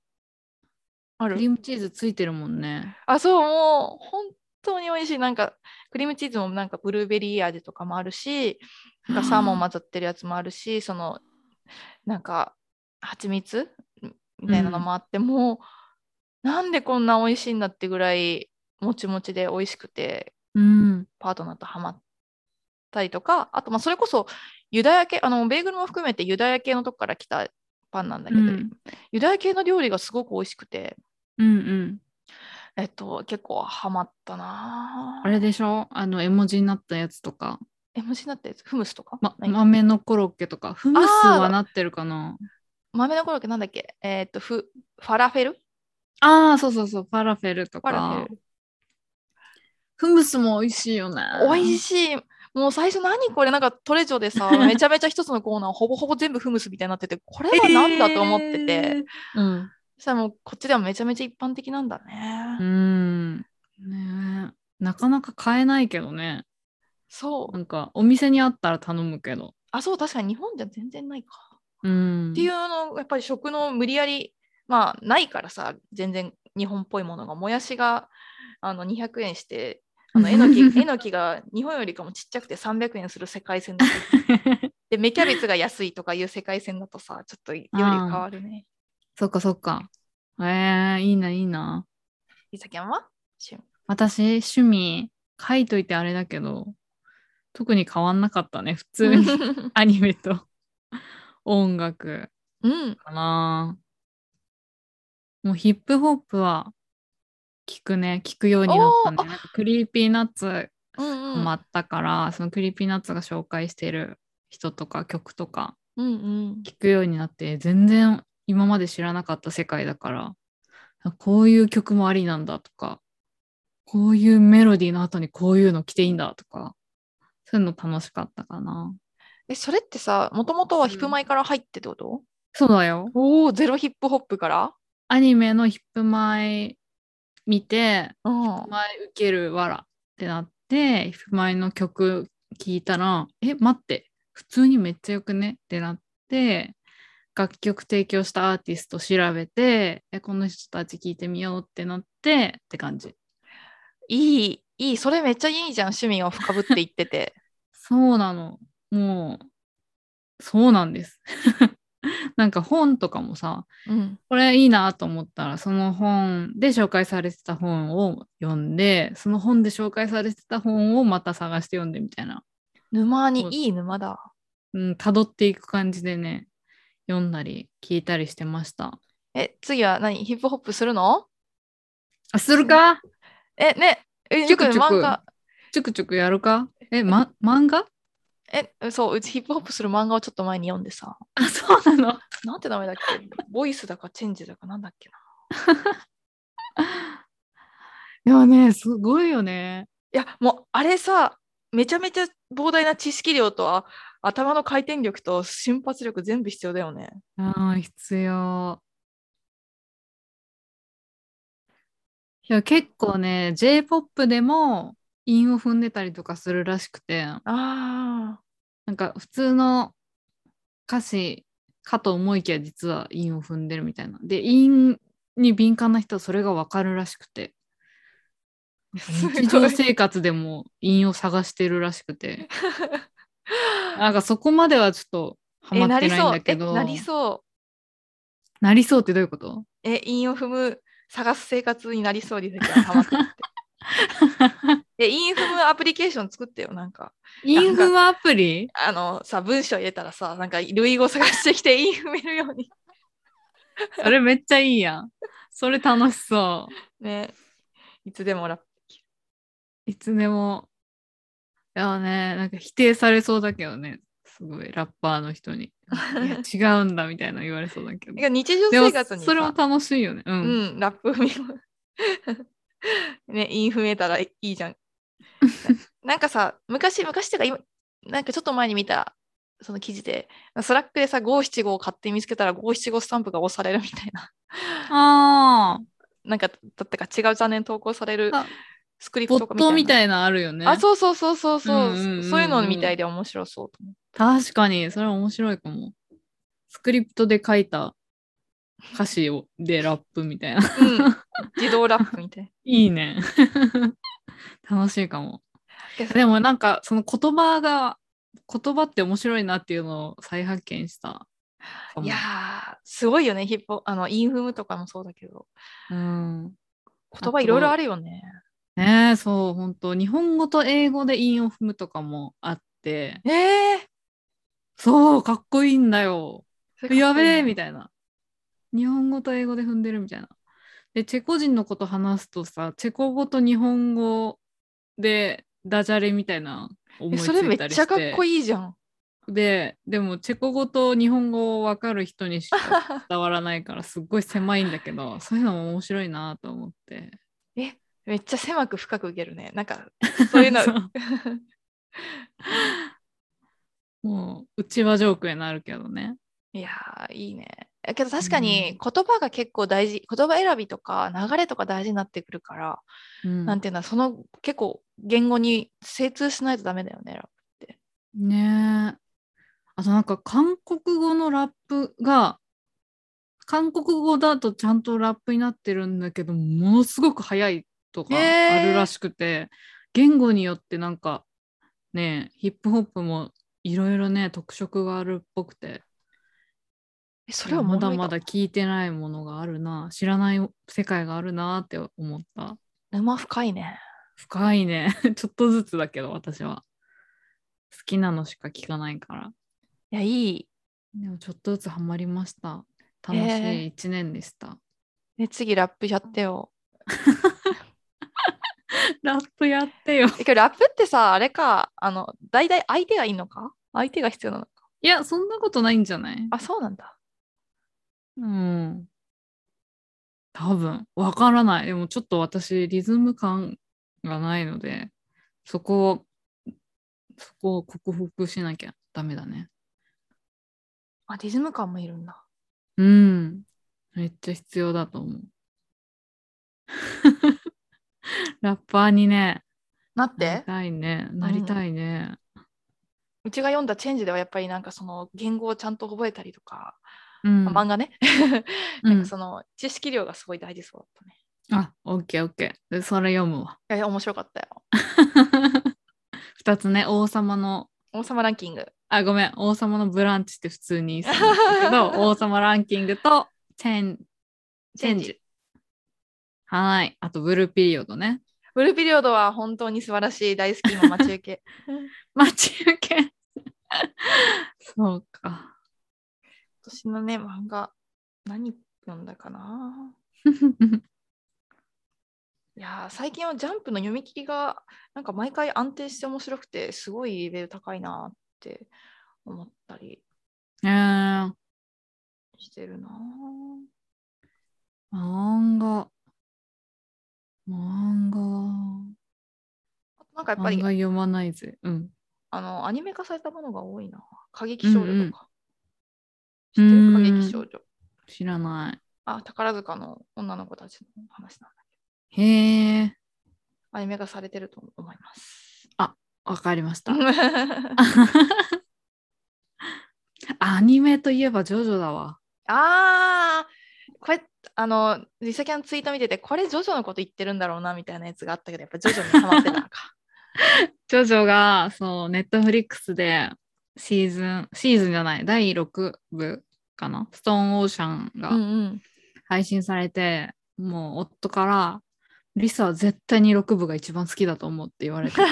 B: あ
A: ク
B: る
A: リームチーズついてるもんね
B: あそうもう本当に美味しいなんかクリームチーズもなんかブルーベリー味とかもあるしなんかサーモン混ざってるやつもあるしそのなんか蜂蜜みたいなのもあって、もうなんでこんな美味しいんだってぐらいもちもちで美味しくて
A: うん。
B: パートナーとハマったりとかあとまあそれこそユダヤ系あのベーグルも含めてユダヤ系のとこから来たパンなんだけど、
A: うん
B: ユダヤ系の料理がすごく美味しくて、
A: うんうん。
B: えっと、結構ハマったなぁ
A: あれでしょあの、絵文字になったやつとか。
B: え虫になったやつフムスとか、
A: ま、
B: 何
A: 豆のコロッケとか。フムスはなってるかな
B: 豆のコロッケなんだっけえっとフファラフェル
A: ああー、そうそうそう。ファラフェルと
B: ファラフェ
A: か
B: ル。
A: フムスも美味しいよね。
B: 美味
A: い。
B: しい。もう最初何これなんかトレジョで さめちゃめちゃ一つのコーナーほぼほぼ全部フムスみたいになっててこれは何だと思ってて、
A: うん。
B: そしたらもうこっちではめちゃめちゃ一般的なんだね。
A: うん。ねえなかなか買えないけどね。
B: そう
A: なんか、お店にあったら頼むけど。
B: あそう確かに日本じゃ全然ないか。
A: うん。
B: っていうのやっぱり食の無理やりまあないからさ全然日本っぽいものがもやしがあの200円してあのえ のきえのきが日本よりかもちっちゃくて300円する世界線だと で芽キャベツが安いとかいう世界線だとさちょっとより変わるね。
A: そっかそっか。えー、いいな、いいな。
B: いさきゃんはしゅん
A: 私、趣味、書いといてあれだけど、特に変わんなかったね。普通 に アニメと音楽
B: うん。
A: かな。もうヒップホップは聞くね、聞くようになったね。
B: おー
A: なんかクリーピーナッツ
B: うん
A: ハ
B: うん
A: マったから、そのクリーピーナッツが紹介してる人とか曲とか
B: うんうん
A: 聞くようになって、全然今まで知らなかった世界だから、こういう曲もありなんだとか、こういうメロディーの後にこういうの着ていいんだとか、そういうの楽しかったかな。
B: え、それってさ、もともとはヒップマイから入ってってこと、
A: そうだよ。
B: おお、ゼロヒップホップから
A: アニメのヒップ前見て、
B: うん。
A: 前受けるわらってなって、ヒップ前の曲聞いたら、え、待って、普通にめっちゃよくねってなって、楽曲提供したアーティスト調べて、え、この人たち聞いてみようってなってって感じ。
B: いい、いい、それめっちゃいいじゃん、趣味を深ぶっていってて。
A: そうなの。もう、そうなんです。 なんか本とかもさ、
B: うん。
A: これいいなと思ったら、その本で紹介されてた本を読んで、その本で紹介されてた本をまた探して読んでみたいな、
B: 沼に
A: そう、
B: いい沼だ。
A: うん、辿っていく感じでね、読んだり聞いたりしてました。
B: え、次は何ヒップホップするの
A: あ、するか
B: え、ね、え
A: ちょくちょく
B: よく漫画、
A: ちょくちょくやるかえ、ま、漫画
B: え、そう、うちヒップホップする漫画をちょっと前に読んでさ、
A: あ、そうなの。
B: なんて名前だっけボイスだかチェンジだかなんだっけな。
A: いやね、すごいよね。
B: いや、もうあれさ、めちゃめちゃ膨大な知識量とあ頭の回転力と瞬発力全部必要だよね。
A: ああ、必要。いや、結構ね、J-POP でも韻を踏んでたりとかするらしくて、
B: ああ、
A: なんか普通の歌詞かと思いきや実は韻を踏んでるみたいな。で、韻に敏感な人はそれがわかるらしくて。なんか日
B: すご
A: 常
B: い
A: 生活でも韻を探してるらしくて。 なんかそこまではちょっとハマ
B: え
A: っ
B: な
A: て
B: り
A: ないん
B: そう
A: だけど。
B: えなりそう。
A: なりそうってどういうこと
B: え、韻を踏む、探す生活になりそうです。ハマってって え、韻踏むアプリケーション作ってよ、なんか。
A: インフマアプリ
B: あのさ、文章入れたらさ、なんか類語探してきて韻踏めるよ うに。
A: それめっちゃいいやん。それ楽しそ
B: ね。いつでもラップ。
A: う。いつでも。いやね、なんか否定されそうだけどね。すごい、ラッパーの人に。 いや違うんだみたいな言われそうだけど。
B: なんか日常
A: でも
B: 生活にさ
A: それも楽しいよね。うん。
B: うん、ラップ踏み込む ね、インフメーターがい いじゃん。ななんかさ、昔、昔っていうか今、なんかちょっと前に見た、その記事で、スラックでさ、五七五を買って見つけたら五七五スタンプが押されるみたいな、
A: あ
B: なんか、だったか違うチャンネルに投稿される
A: あ
B: スクリ
A: ー、ボ
B: プト
A: ットみ
B: い
A: たいなのあるよね。
B: な。あ、そうそうそうそうそう、
A: うんうんうんうん
B: そういうのみたいで面白そうと思う
A: 確かに、それ面白いかも。スクリプトで書いた歌詞をでラップみたいな。
B: うん、自動ラップみたい
A: いいね。 楽しいかも。
B: な。
A: でもなんかその言葉が言葉って面白いなっていうのを再発見した。かも
B: いやーすごいよねヒップあのインフムとかもそうだけど
A: うん、
B: 言
A: あ
B: 葉
A: と
B: いろいろあるよね
A: ねえそう本当日本語と英語で韻を踏むとかもあって
B: ええ
A: そうかっこいいんだよ
B: ー
A: やべえみ
B: た
A: たいな。日本語と英語で踏んでるみたいな。で、チェコ人のこと話すとさ、チェコ語と日本語でダジャレみたいな思いつ
B: それめ
A: い
B: った
A: りして。
B: ちゃかっこ
A: い
B: いいじゃん
A: い。で、でもチェコ語と日本語を分かる人にしか伝わらないから、すっごい狭いんだけど、そういうのも面白いなと思って。
B: めっちゃ狭く深く受けるねなんかそういうの
A: そもう、うちはジョークになるけどね。
B: いやーいいね。えけど確かに言葉が結構大事、言葉選びとか流れとか大事になってくるから、
A: うん
B: なんていうんだ、その結構言語に精通しないとダメだよね。
A: ねえ。あとなんか韓国語のラップが韓国語だとちゃんとラップになってるんだけどものすごく速いとか
B: へえ
A: あるらしくて、言語によってなんかねえヒップホップもいろいろね特色があるっぽくて
B: えそれは
A: まだまだ聞いてないものがあるな知らない世界があるなって思った
B: 沼深いね。
A: 深いね ちょっとずつだけど私は好きなのしか聞かないから
B: いや、いい。
A: でもちょっとずつハマりました。楽し
B: えー
A: い一年でした。
B: で、次ラップやってよ。
A: ラップやってよ。
B: え、けどラップってさ、あれか、あの、大体相手がいいのか相手が必要なのか。
A: いや、そんなことないんじゃない
B: あ、そうなんだ。
A: うん。多分、わからない。でもちょっと私、リズム感がないので、そこを、そこを克服しなきゃダメだね。
B: あ、リズム感もいるんだ。
A: うん。めっちゃ必要だと 思う。ラッパーにね、
B: なっ
A: なり
B: て、
A: たいね。なりたいね。
B: うちが読んだチェンジではやっぱりなんかその言語をちゃんと覚えたりとか、
A: うん。
B: あ漫画 ね。
A: う
B: なん
A: ん
B: かその知識量がすごい大事そうだったね。
A: あ、オッケーオッケー。で、それ読むわ。
B: いやいや、面白かったよ。
A: 二つね、王様の、
B: 王様ランキング。
A: あ、ごめん、王様のブランチって普通に言いそうなんだけ ど、王様ランキングとチェン、チェンジ。はーい。あと、ブルーピリオドね。
B: ブルーピリオドは本当に素晴らしい大好きの待ち受 け。今
A: 待ち受け。そうか。
B: 年のね、漫画、何読んだかな。いやー、最近はジャンプの読み切りが、なんか毎回安定して面白くて、すごいレベル高いなって思ったり
A: えー、
B: してるな。
A: 漫画。漫画。
B: なんかやっぱ
A: 漫
B: り
A: 画、読まないぜ。うん。
B: あの、アニメ化されたものが多いな。過激少女とか。
A: うんうん
B: 知っ
A: うん
B: てる過激少女。
A: 知らない。
B: あ、宝塚の女の子たちの話なんだ。
A: へえ、
B: アニメ化されてると思います。
A: わかりま した。アニメといえばジョジョだわ。
B: ああ、これ、あの、リサキャンツイート見てて、これ、ジョジョのこと言ってるんだろうなみたいなやつがあったけど、やっぱジョジョにハマってたの か。
A: ジョジョが、そう、ネットフリックスでシーズン、シーズンじゃない、第6部かな、ストーンオーシャン
B: うん
A: が
B: うん。
A: 配信されて、もう夫から、リサは絶対に6部が一番好きだと思うって言わ れてて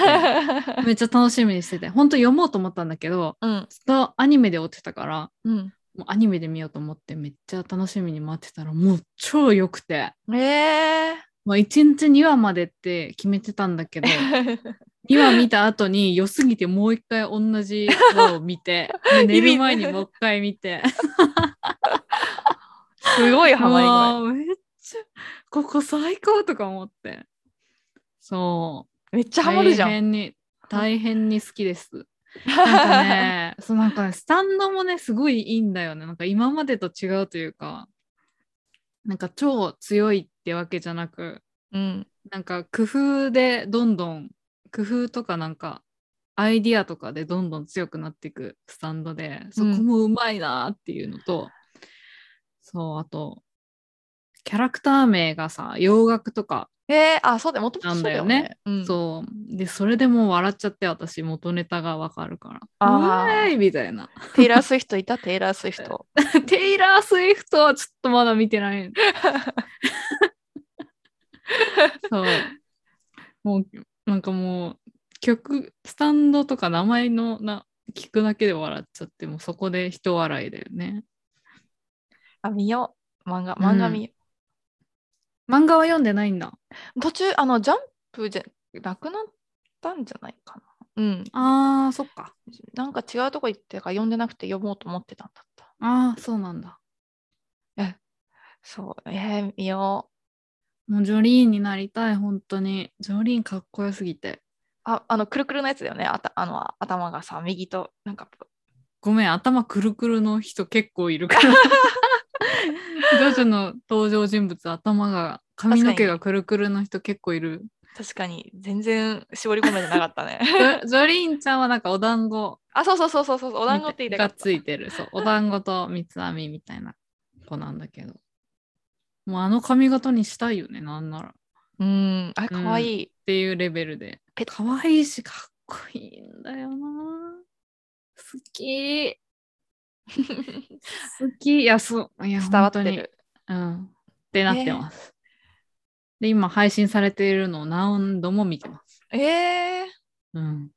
A: めっちゃ楽しみにしてて、本当読もうと思ったんだけど、
B: うん
A: ずっとアニメで追ってたから、
B: うん
A: もうアニメで見ようと思ってめっちゃ楽しみに待ってたら、もう超良くて。
B: え
A: まあ、1日2話までって決めてたんだけど
B: ー、
A: 2話見た後に良すぎてもう一回同じ話を見 てで寝る前にもう一回見て
B: すごいハマり
A: も
B: 具合。
A: うめっちゃここ最高とか思ってそう
B: めっちゃハマるじゃ
A: 大
B: ん。、
A: 変に大変に好きですなんか ねそうなんかねスタンドもねすごいいいんだよねなんか今までと違うというかなんか超強いってわけじゃなく
B: うん。
A: なんか工夫でどんどん工夫とかなんかアイディアとかでどんどん強くなっていくスタンドでそこもうまいなっていうのと、そうあとキャラクター名がさ洋楽とか
B: えー、あ、そうだよ、もともとそうだ
A: な
B: よ
A: んだ
B: ね。うん
A: そう。で、それでもう笑っちゃって、私、元ネタがわかるから。
B: あー
A: うえーいみたいな。
B: テイラー・スウィフトいた、テイラー・スウィフト。
A: テイラー・スウィフトはちょっとまだ見てない。そう。もう、なんかもう、曲、スタンドとか名前のな聞くだけで笑っちゃって、もうそこで人笑いだよね。
B: あ、見よう。漫画、漫画見よ
A: 漫画は読んでないんだ。
B: う、途中、あの、ジャンプじゃなくなったんじゃないかな。うん。
A: あー、そっか。
B: なんか違うとこ行ってか、読んでなくて読もうと思ってたんだった。
A: あー、そうなんだ。
B: そう、えー、見よう。
A: もうジョリーンになりたい、本当に。ジョリーンかっこよすぎて。
B: あ、あの、くるくるのやつだよね。あたあの頭がさ、右と、なんか、
A: ごめん、頭くるくるの人結構いる から。ジョジョの登場人物、頭が、髪の毛がくるくるの人結構いる。
B: 確かに全然絞り込めてなかったね。
A: ジョジョリーンちゃんはなんかお団子
B: あ、そうそうそうそうそう、お団子って言いたか
A: が
B: った。
A: ついてる。そう、お団子と三つ編みみたいな子なんだけど。もうあの髪型にしたいよね、なんなら。っ
B: うん、あれかわいい。
A: ていうレベルで
B: ペ。
A: 可愛いし、かっこいいんだよな。好き。好き。いや、そう。いや、
B: 伝わって
A: 本当に
B: る。
A: うん。ってなってます。で、今配信されているのを何度も見てます。
B: ええー、
A: うん。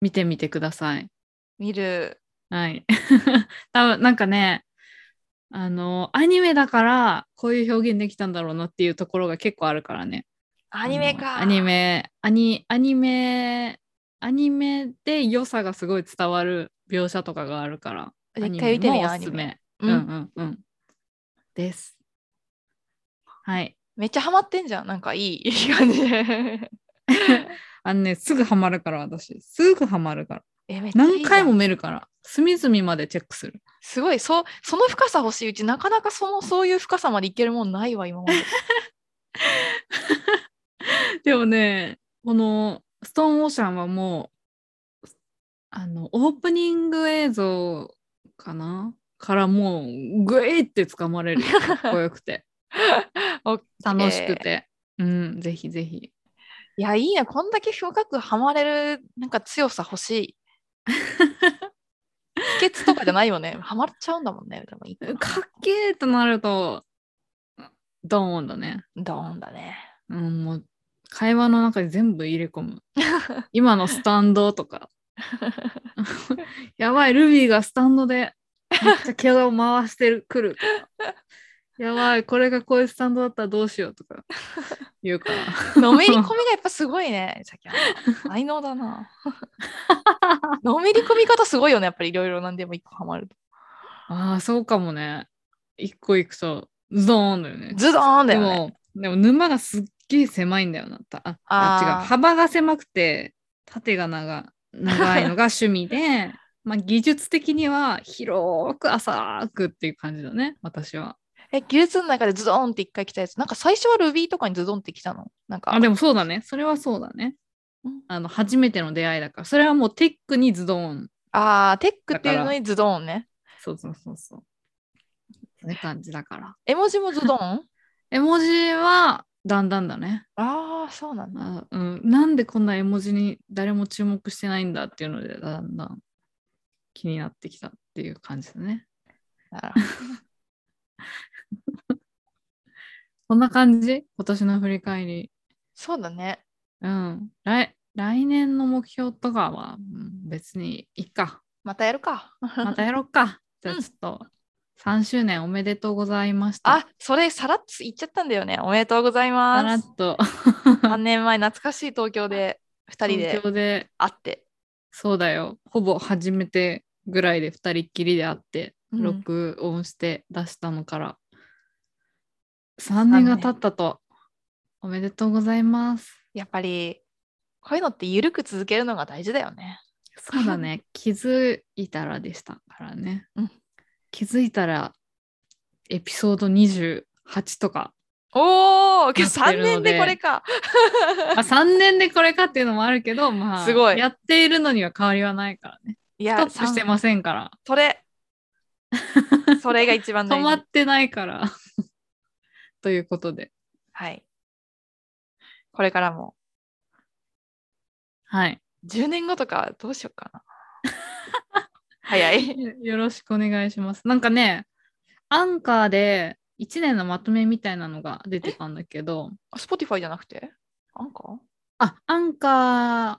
A: 見てみてください。
B: 見る。
A: はい。 多分なんかね、あの、アニメだからこういう表現できたんだろうなっていうところが結構あるからね。
B: アニメ
A: あ
B: か。
A: のアニ。メ、アニアニメ、アニメで良さがすごい伝わる描写とかがあるから、ア
B: 絶
A: ニ
B: 対
A: メ
B: 見て
A: も
B: みよう、
A: お
B: ア
A: す
B: ニ
A: す
B: メ。
A: め。う
B: う
A: んんうんうん。です。はい。
B: めっちゃハマってんじゃん。なんかい い、いい感じで。
A: あのね、すぐハマるから、私。すぐハマるから。
B: え、めっちゃいいじゃ
A: 何
B: ん
A: 回も見るから。隅々までチェックする。
B: すごい、そう、その深さ欲しいうち、なかなかその、そういう深さまでいけるもんないわ、今まで。
A: でもね、この、ストーンオーシャンはもう、あの、オープニング映像かなからもう、グイって掴まれるよ。かっこよくて。
B: オッケー
A: 楽しくて。うん、ぜひぜひ。
B: いや、いいな、こんだけ深くハマれる、なんか強さ欲しい。秘訣とかじゃないよ ね。ハマっちゃうんだもんね。でもいいかな
A: かっけーってなると、ドーンだね。
B: ドーンだね。
A: うん、もう会話の中に全部入れ込む。今のスタンドとか。 やばい、ルビーがスタンドでめっちゃ毛を回してるくるとか。やばい、これがこういうスタンドだったらどうしようとか言うから。
B: のめり込みがやっぱすごいね。さっき の才能だな。のめり込み方すごいよね。やっぱりいろいろ何でも一個ハマると。
A: ああ、そうかもね。一個いくと、ズドーンだよね。
B: ズドーンだよね。
A: でも、でも沼がすっげえ狭いんだよな。たあ
B: あー
A: あ違う。幅が狭くて、縦が長長いのが趣味 で、まあ技術的には広く浅くっていう感じだね、私は。
B: え、技術の中でズドーンって一回来たやつ。なんか最初は Ruby とかにズドンって来たのなんか。
A: あ、でもそうだね。それはそうだね
B: うん。
A: あの、初めての出会いだから。それはもうテックにズドン。
B: あーテックっていうのにズドーンね。
A: そうそうそうそう。そういう感じだから。
B: 絵文字もズドーン
A: 絵文字は、だんだんだね。
B: ああ、そうなんだ。
A: あうん、なんでこんな絵文字に誰も注目してないんだっていうのでだんだん気になってきたっていう感じだね。
B: なるほ ど
A: こんな感じ今年の振り返り。
B: そうだね。
A: うん。来来年の目標とかは、うん別にいい か。
B: またやるか。
A: またやろうか。じゃあちょっと3周年おめでとうございました。
B: あ、それさらっと言っちゃったんだよね。おめでとうござい
A: さら
B: ま
A: っ
B: す。
A: と
B: 3年前、懐かしい東京で2人で
A: 東京で
B: 会って。
A: そうだよ。ほぼ初めてぐらいで2人っきりで会って、
B: うん
A: 録音して出したのから、3年が経ったと。おめでとうございます。
B: やっぱり、こういうのって緩く続けるのが大事だよね。
A: そうだ ね。気づいたらでしたからね。
B: うん
A: 気づいたら、エピソード28と か。
B: おお、
A: やってる
B: 3
A: ので
B: 年でこれか。
A: まあ、3年でこれかっていうのもあるけど、まあ、
B: すごい
A: やっているのには変わりはないからね。
B: い
A: スト
B: や、
A: ップして
B: さん
A: ませんから。
B: そ れ。それが一番
A: 止
B: 大
A: ま
B: 事
A: っ。てないから。ということで。
B: はい。これからも。
A: はい。
B: 10年後とかどうしようか な。早い。
A: よろしくお願いします。なんかね、アンカーで1年のまとめみたいなのが出てたんだけど、
B: Spotify じゃなくてアンカー
A: あ、アンカー、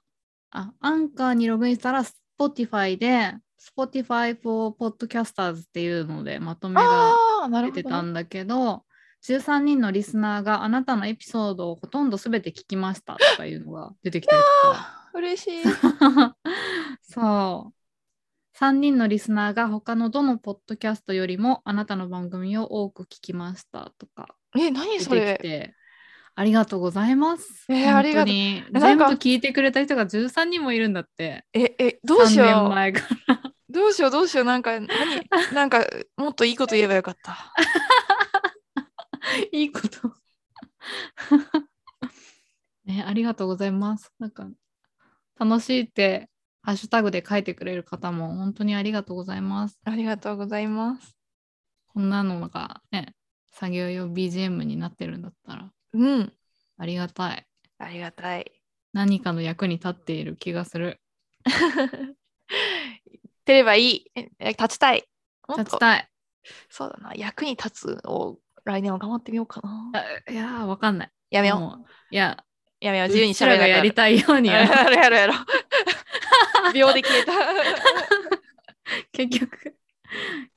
A: あ、アンカーにログインしたら Spotify で、Spotify for Podcasters っていうのでまとめが
B: ああー、なる
A: 出て
B: ほど
A: た
B: ね。
A: んだけど、13人のリスナーがあなたのエピソードをほとんど全て聞きましたとかいうのが出てきてるから。
B: 嬉しい。
A: そう。3人のリスナーが他のどのポッドキャストよりもあなたの番組を多く聞きましたとか
B: え、何
A: 出てき
B: それ
A: てありがとうございます。
B: えー
A: 本当
B: ありがとう
A: に
B: えな
A: 全
B: ん
A: 部
B: か
A: 聞いてくれた人が13人もいるんだって。
B: え、え、どうし
A: 3年
B: よ
A: 前から。
B: う。どうしよう、どうしよう。なんか、何 なんか、もっといいこと言えばよかった。
A: いいこと。 ね、ありがとうございます。なんか楽しいってハッシュタグで書いてくれる方も本当にありがとうございます。
B: ありがとうございます。
A: こんなのがね、作業用 BGM になってるんだったら
B: うん。
A: ありがたい。
B: ありがたい。
A: 何かの役に立っている気がする。
B: てればいい。ええ立ちたい。もっと
A: 立ちたい。
B: そうだな。役に立つを来年は頑張ってみようかな。
A: あいやー、わかんない。
B: やめよう。
A: もう。いや、
B: やめよう。自由に
A: う
B: し
A: ち
B: ゃべ
A: らが
B: れ
A: や
B: な
A: り
B: く
A: たいように
B: なる。
A: や
B: やろうやろうやろ う。秒で消えた。
A: る 結局、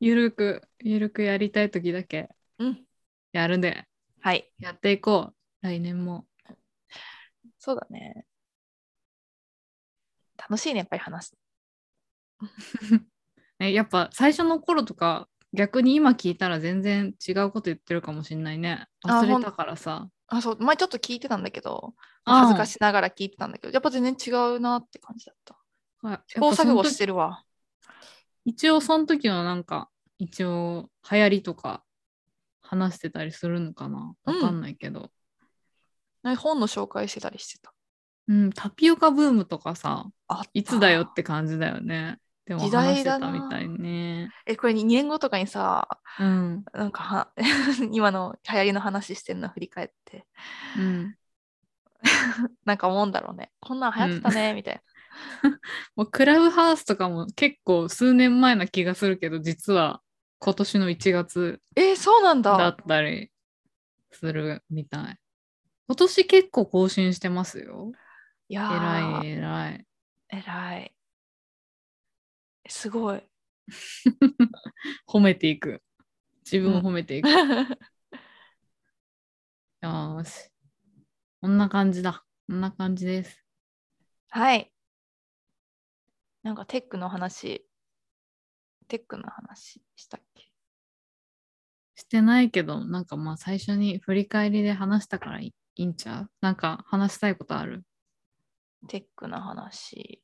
A: ゆるく、ゆるくやりたい時だけ
B: うん。
A: やるんで、
B: はい。
A: やっていこう。来年も。
B: そうだね。楽しいね、やっぱり話す。
A: ね、やっぱ最初の頃とか、逆に今聞いたら全然違うこと言ってるかもしんないね。
B: あ
A: 忘れたからさ。
B: あ、そう、前ちょっと聞いてたんだけど、恥ずかしながら聞いてたんだけど、やっぱ全然違うなって感じだった。
A: うん。はい
B: 試行錯誤
A: やっぱその時
B: してるわ。
A: 一応その時のなんか一応流行りとか話してたりするのかな
B: うん
A: わかんないけど、
B: ね本の紹介してたりしてた。
A: うんタピオカブームとかさ
B: あ
A: いつだよって感じだよねでも
B: 時
A: 話
B: 代
A: して
B: だ
A: た
B: な
A: みたいね
B: え、これ2年後とかにさ、
A: うん
B: なんかは 今の流行りの話してんの振り返って、
A: うん
B: なんか思うんだろうね。こんなん流行ってたね、みたいな。
A: もうクラブハウスとかも結構数年前な気がするけど実は今年の1月
B: えーそうなんだ。
A: だったりするみたい今年結構更新してますよ
B: いや
A: え
B: ー
A: らいえらい
B: 偉い。すごい。
A: 褒めていく自分を褒めていく、よーし。こんな感じだ。こんな感じです。
B: はい。なんかテックの話、テックの話したっけ
A: してないけど、なんかまあ最初に振り返りで話したからいいいいんちゃうなんか話したいことある
B: テックの話。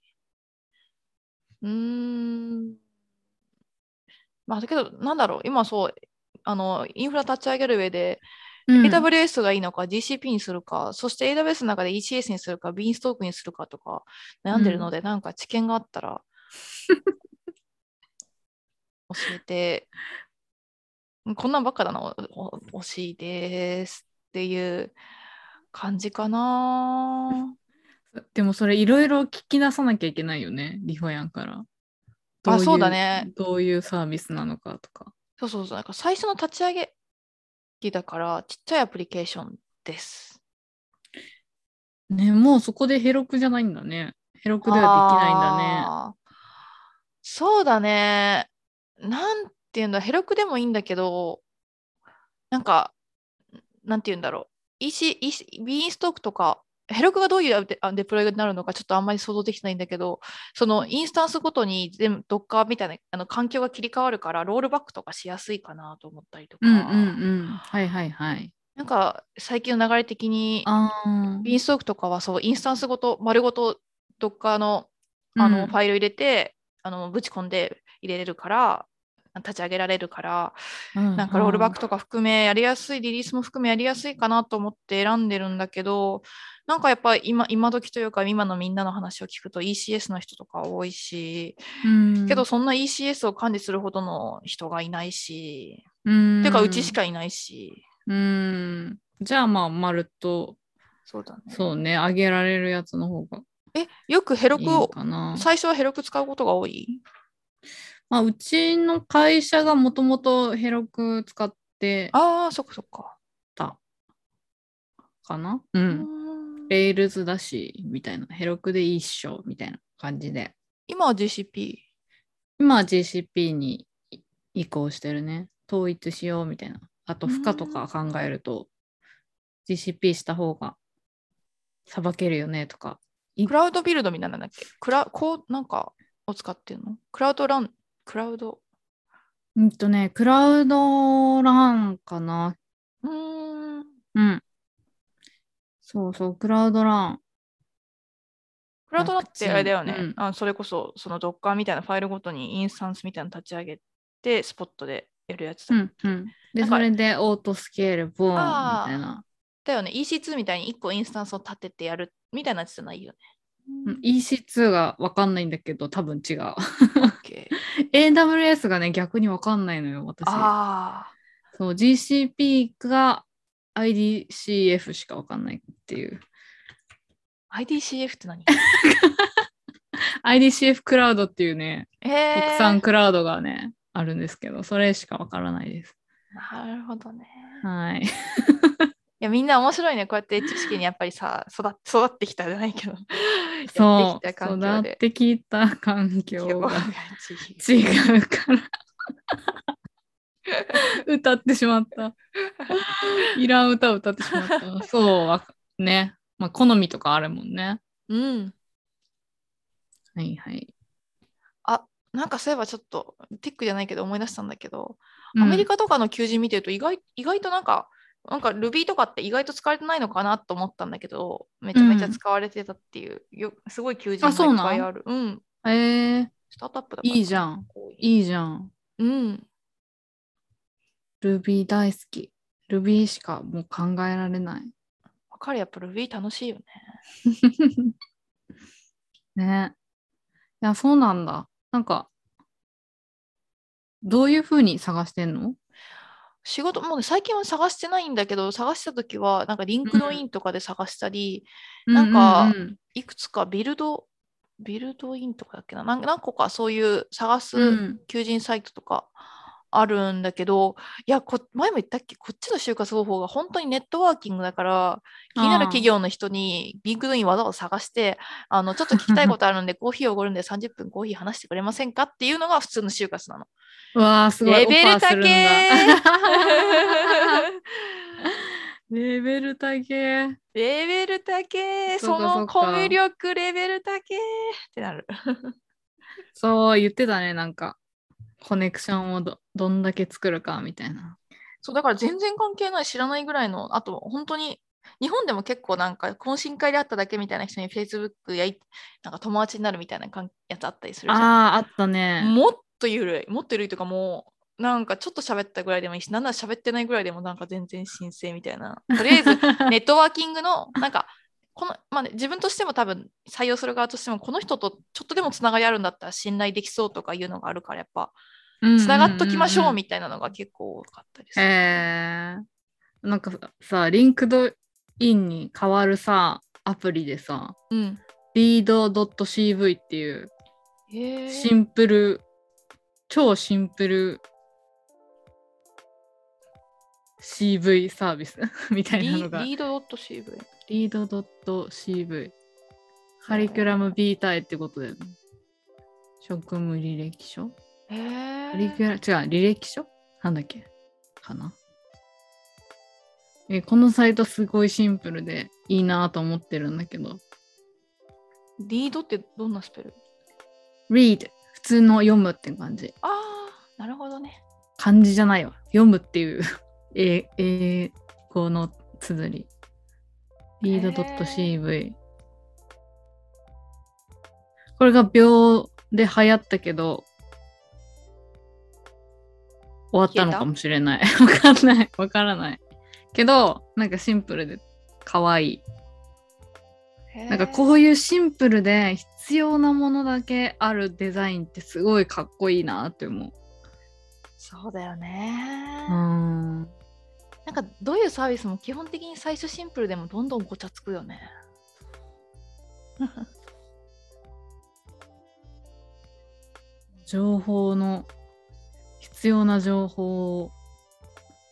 B: うーん。まあ、だけど、なんだろう、今そう、あの、インフラ立ち上げる上で、
A: うん
B: AWS がいいのか、GCP にするか、そして AWS の中で ECS にするか、ビーンストークにするかとか悩んでるので、なんか知見があっ たら、教えて、こんなんばっかだな、おお惜しいですっていう感じかな。
A: でもそれいろいろ聞き出さなきゃいけないよね、リホヤンから。どい
B: そうだね。
A: どういうサービスなのかとか。
B: そうそうそう、なんか最初の立ち上げ機だから、ちっちゃいアプリケーションです。
A: ね、もうそこでヘロクじゃないんだね。ヘロクではできないんだね。
B: あーそうだね。なんていうんだ、ヘロクでもいいんだけど、なんか、なんていうんだろう。EC、EC、ビーンストークとか、ヘロクがどういうデあデプロイになるのかちょっとあんまり想像できないんだけど、そのインスタンスごとに全部 Docker みたいなあの環境が切り替わるから、ロールバックとかしやすいかなと思ったりとか、
A: うんうんうん。はいはいはい。
B: なんか最近の流れ的に、
A: あ
B: ビーンストークとかはそうインスタンスごと丸ごと Docker の
A: ー
B: あの、
A: うん
B: ファイル入れてあのぶち込んで入れれるから立ち上げられるからなんかロールバックとか含めやりやすいリリースも含めやりやすいかなと思って選んでるんだけどなんかやっぱ今今時というか今のみんなの話を聞くと ECS の人とか多いし
A: うん
B: けどそんな ECS を管理するほどの人がいないし、
A: うん
B: ていうかうちしかいないし
A: うーん。じゃあまあ、まるっと
B: そうだね。
A: そうね、あげられるやつの方が
B: え、よくヘロ
A: いい
B: ク
A: の
B: を、
A: かな。
B: 最初はヘロク使うことが多い
A: まあ、うちの会社がもともとヘロク使って
B: ああ、そっかそっか。
A: たかな。う。
B: うんん
A: レールズだし、みたいな。ヘロクでいいっしょ、みたいな感じで。
B: 今は GCP。
A: 今は GCP に移行してるね。統一しよう、みたいな。あと、負荷とか考えると、GCP した方が、さばけるよね、とか。
B: クラウドビルドみたいなんだっけクラこうなんかを使ってるのクラウドラン、クラウド。
A: うんとね、クラウドランかな。
B: うーん。
A: うん。そうそう、クラウドラン。
B: クラウドだってあれだよね。
A: 楽ちんうん
B: あそれこそ、その Docker みたいなファイルごとにインスタンスみたいなの立ち上げて、スポットでやるやつだ,、
A: うんうん。で、
B: なんか
A: それでオートスケール、ボーンみ
B: あー
A: たいな。
B: だよね。EC2 みたいに1個インスタンスを立ててやるみたいなやつじゃないよね。
A: うん EC2 がわかんないんだけど、多分違う。
B: オッケー
A: AWS がね、逆にわかんないのよ、私。
B: ああ。
A: そう、GCP が IDCF しかわかんないっていう。
B: IDCF っ て何
A: IDCF クラウドっていうね、
B: え
A: 国
B: ー、
A: 産クラウドがね、あるんですけど、それしかわからないです。
B: なるほどね。
A: はい。
B: いやみんな面白いね。こうやって知識にやっぱりさ、育っ育ってきたじゃない けど。や
A: そ
B: っ
A: う、
B: てきた環境
A: 育っ
B: で。
A: てきた環境が。
B: 違
A: 違うから。歌ってしまった。いらん歌を歌ってしまった。そうわか、ね。まあ、好みとかあるもんね。
B: う。うん。
A: はいはい。
B: なんかそういえばちょっと、テックじゃないけど思い出したんだけど、
A: うん
B: アメリカとかの求人見てると意外、意外となんか、なんか Ruby とかって意外と使われてないのかなと思ったんだけど、めちゃめちゃ使われてたっていう、よすごい求人
A: あそう
B: がい
A: なん
B: っぱいある。うん。
A: えー、
B: スタートアップだから。
A: いいじゃん。
B: いい。
A: いいじゃん。
B: うん。
A: Ruby 大好き。Ruby しかもう考えられない。
B: わかる、やっぱ Ruby 楽しいよね。
A: ね。いや、そうなんだ。なんか、どういうふうに探してんの
B: 仕事もうね最近は探してないんだけど探した時はなんかリンクドインとかで探したり、なんか
A: うんうん
B: いくつかビルドビルドインとかだっけななん何個かそういう探
A: うん、う
B: す
A: ん
B: 求人サイトとかあるんだけど、いやこ前も言ったっけこっちの就活方法が本当にネットワーキングだから気になる企業の人にリンクドインわざわざ探してあのちょっと聞きたいことあるんでコーヒーをおごるんで30分コーヒー話してくれませんかっていうのが普通の就活なの。
A: うわー、すごい。
B: レベル高
A: オ ファーするんだレベル高え。
B: レベル高え、
A: そ
B: そ
A: っかそっ
B: の
A: か
B: コミュ力レベル高えってなる。
A: そう言ってたね、なんか。コネクションをどどんだけ作るかみたいな。
B: そうだから全然関係ない知らないぐらいの、あと本当に日本でも結構なんか懇親会で会っただけみたいな人に Facebook やいなんか友達になるみたいなかんやつあったりするじゃん。
A: ああ、あったね。
B: もっとゆるい、もっとゆるいというかもうなんかちょっと喋ったぐらいでもいいし、なんなら喋ってないぐらいでもなんか全然申請みたいな。とりあ えずネットワーキングのなんかこの、まあね、自分としても多分採用する側としてもこの人とちょっとでもつながりあるんだったら信頼できそうとかいうのがあるからやっぱつながっときましょうみたいなのが結構多かったりす
A: たい
B: る。
A: な。えー、なんかさ、リンクドインに変わるさ、アプリでさ、
B: うん、
A: read.cv っていう
B: へ
A: シ
B: ー
A: ンプル、超シンプル CV サービス みたい
B: リ
A: なのが
B: リード .cv。
A: read.cv カリキュラム B 対ってことだよね。職務履歴書
B: へ
A: カリキ
B: ー
A: ュラ違う、履歴書なんだっけかなえ。このサイトすごいシンプルでいいなと思ってるんだけど、
B: リードってどんなスペル
A: read 普通の読むって感じ。
B: ああ、なるほどね。
A: 漢字じゃないわ。読むっていう 英英語の綴り。read.cv。これが秒で流行ったけど、終わったのかもしれない。わかんない。わからない。けど、なんかシンプルで可愛い。なんかこ
B: う
A: ういうシンプルで必要なものだけあるデザインってすごいかっこいいなって思う。
B: そうだよね
A: う。ん。
B: なんかどういうサービスも基本的に最初シンプルでもどんどんごちゃつくよね。
A: 情報の必要な情報を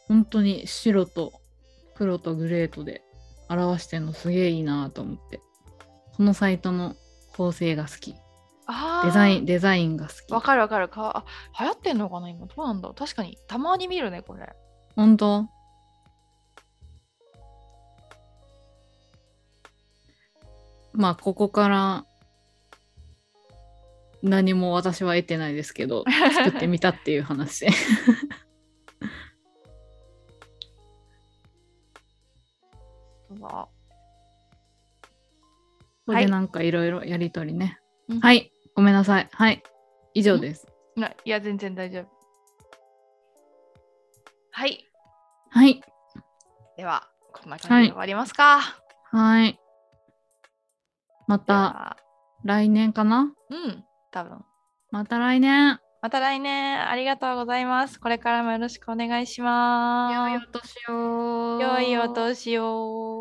A: 本当に白と黒とグレーとで表してるのすげえいいなと思ってこのサイトの構成が好き
B: あー
A: デザインデザインが好き
B: わかるわかるかあ流行ってんのかな今どうなんだろう確かにたまに見るねこれ
A: 本当まあここから何も私は得てないですけ ど作ってみたっていう話
B: そうだ
A: これでなんかいろいろやりとりね、
B: うん
A: はいごめんなさいはい以上です
B: ないや全然大丈夫はい
A: はい
B: ではこんな感じで終わりますか、
A: はいま
B: で
A: た
B: は
A: 来年かな
B: うん多分
A: また来年
B: また来年ありがとうございますこれからもよろしくお願いし
A: 良い
B: ま
A: お年を
B: す良いお年を